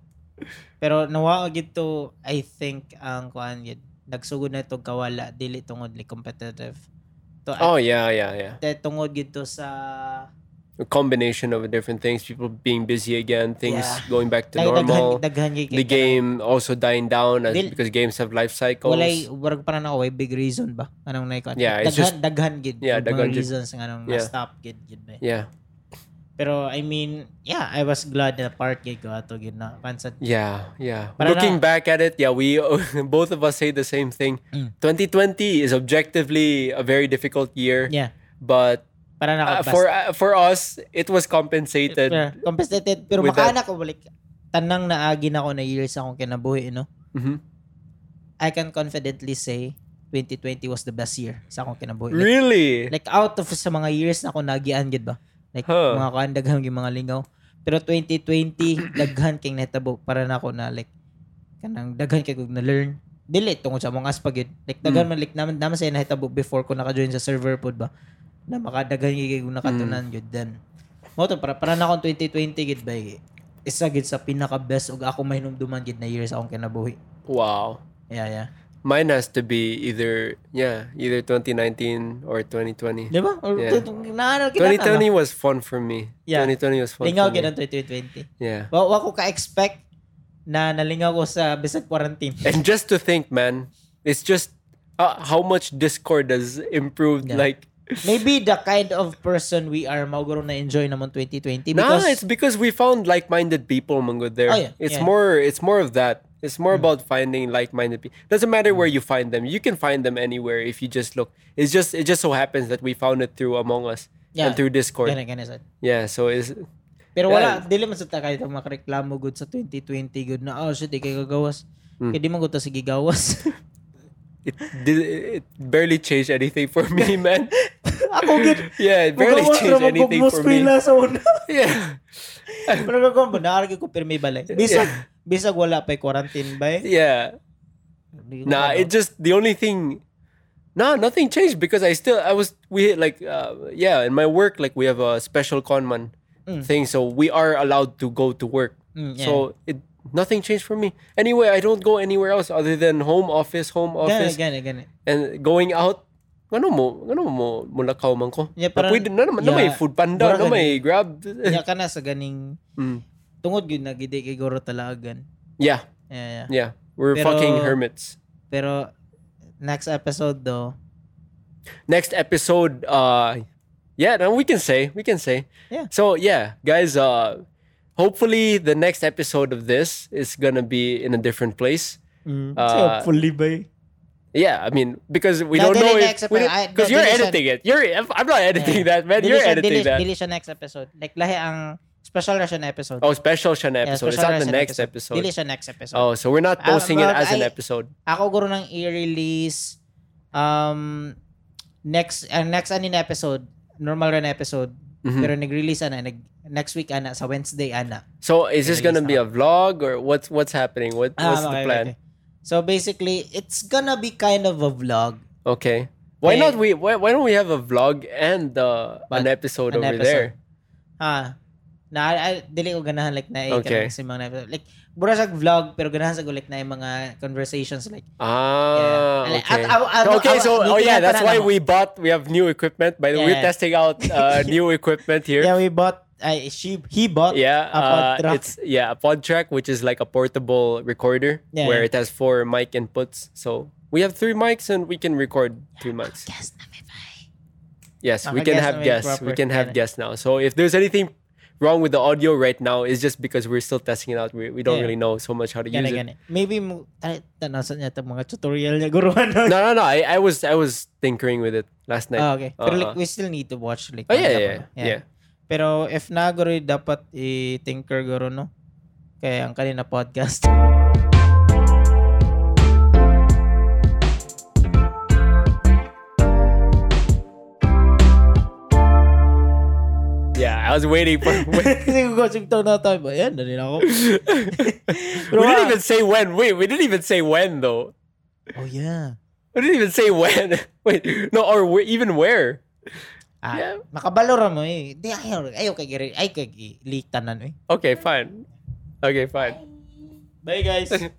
Pero nawa gid to I think ang kuan gid nagsugod na tog kawala dili tungod like competitive. To Oh yeah, yeah, yeah. te tungod gid to sa A combination of different things. People being busy again. Things Yeah. going back to like, normal. daghan daghan gid kay the game also dying down as, Dil- because games have life kanang- cycles. walay wag para na way big reason ba anong na kuan. Yeah, it's daghan daghan gid Yeah, yung daghan mga gid. reasons nga nang Yeah. stop gid gid ba. yeah, Pero I mean, yeah, I was glad na part gid ko ato gid na pansat. yeah, yeah. Para Looking na- back at it, yeah, we both of us say the same thing. Mm. 2020 is objectively a very difficult year, Yeah. but Para na uh, for uh, for us, it was compensated. Yeah, compensated pero with makaana ko balik tanang naagi na ako na years akong kinabuhi no Mhm. I can confidently say 2020 was the best year sa akong kinabuhi like, Really? like out of sa mga years na ako nagian gid ba like Huh. mga kuan daghan yung mga lingaw pero 2020 daghan king netabo para na ako na like kanang daghan kay kog na learn dili tungod sa among aspag yun. like daghan Hmm. man like naman naman sa nahitabo before ko naka-join sa server pod ba na makadaghan gyud kay kog nakatunan Hmm. gyud then mo to para para na akong 2020 gid ba eh, isa gid sa pinaka best ug ako mahinumduman gid na years akong kinabuhi wow. yeah yeah Mine has to be either yeah, either 2019 or 2020. di ba Diba? or Yeah. naano kinaka 2020 was fun for me. Yeah. 2020 was fun. for lingaw me. gid ang 2020 Yeah. wa, wa ko ka expect na nalingaw ko sa bisag quarantine And just to think, man, it's just uh, how much Discord has improved. Yeah. Like, maybe the kind of person we are mauguro na enjoy naman 2020 nah, because it's because we found like-minded people, Mungo. There, Oh, yeah, it's yeah. Hmm. more, it's more of that. It's more about finding like-minded people. Doesn't matter where you find them. You can find them anywhere if you just look. It's just, it just so happens that we found it through Among Us and Yeah. through Discord. gana gana sad Yeah. So it's pero wala Yeah. dili man sa ta kahit ang makareklamo good sa 2020 good na oh shit di kay gagawas Hmm. kay di man gud ta sige gawas it did it barely changed anything for me, man. Ako gid. Yeah, it barely Mugawas changed ra mo anything gugmos for me. pila sa una. Yeah. Pero ko mo naargi ko pirmi balay. Bisag bisag wala pa quarantine bay. Yeah. Nah, it just the only thing. Nah, nothing changed because I still I was we had, like uh, yeah in my work like we have a special conman Mm. thing so we are allowed to go to work Mm, yeah. so it nothing changed for me anyway I don't go anywhere else other than home office home gani office gani gani. and going out ano mo ano mo mulakaw man ko Yeah, yeah, parang, parang- pwede na naman na may yeah, food panda mura na ka may grab Nya kana sa ganing Mm. tungod gyud nagidi kay guro talagan. yeah Yeah, yeah. yeah we're Pero- fucking hermits Pero next episode though. next episode uh yeah no, we can say we can say Yeah. so yeah guys uh hopefully the next episode of this is gonna be in a different place Mm. Uh, fully eh? bay. yeah i mean because we No, don't know if delete next epi- I- because no, you're delete editing it you're i'm not editing that man you're editing that Dili siya next episode. Like lahi ang special ra siya na episode. oh special shan Yeah, episode it's not special ra the siya na next episode, Dili siya next episode. oh so we're not Ah, posting it but as an I- episode Ako guro nang i-release um next ang next ani na episode, normal run episode. Mhm. Pero nag-release ana nag, next week ana sa Wednesday ana. so is this gonna release be a vlog or what's what's happening what, Ah, what's okay, the okay, plan okay. So basically, it's gonna be kind of a vlog. Okay. Why Eh, not we why, why don't we have a vlog and uh, But- an episode an over there? episode. Ha. Na I, dili ko ganahan like na Okay. okay. kasi mga na- like bura sa vlog pero ganahan sa gulik na yung mga conversations like Ah, Yeah. okay. At- aw- aw- aw- okay, so aw- oh yeah, nitingnan pa that's na why naman. we bought we have new equipment. By the way, Yeah. we're testing out uh, new equipment here. yeah we bought I she he bought Yeah, a pod uh, truck. it's yeah, a pod track, which is like a portable recorder Yeah, where yeah. it has four mic inputs. So we have three mics and we can record three mics. Yes, na may bay. Yes, we Naka-guess can na have may guests. We proper- can have yeah. guests now. So if there's anything wrong with the audio right now, it's just because we're still testing it out. We, we don't Yeah. really know so much how to use Gani it. gani. Maybe mo ay tanasan niya itong mga tutorial niya guruhan. no, no, no. I, I was I was tinkering with it last night. Ah, okay. Pero like Uh-uh. we still need to watch like oh yeah, ano, yeah, ano. yeah, yeah. Pero if na guro dapat i-tinker guro no. Kaya ang kanina podcast. Yeah, I was waiting for. When. Kasi ko kasi ito na tayo. Ayan, dali na ako. we didn't even say when. Wait, we didn't even say when though. Oh yeah. We didn't even say when. Wait, no, or wh- even where. Ah, Yeah. makabalo ra mo eh. Di ayaw, ayaw kay giri, ay kay leak tanan eh. Okay, fine. Okay, fine. Bye guys.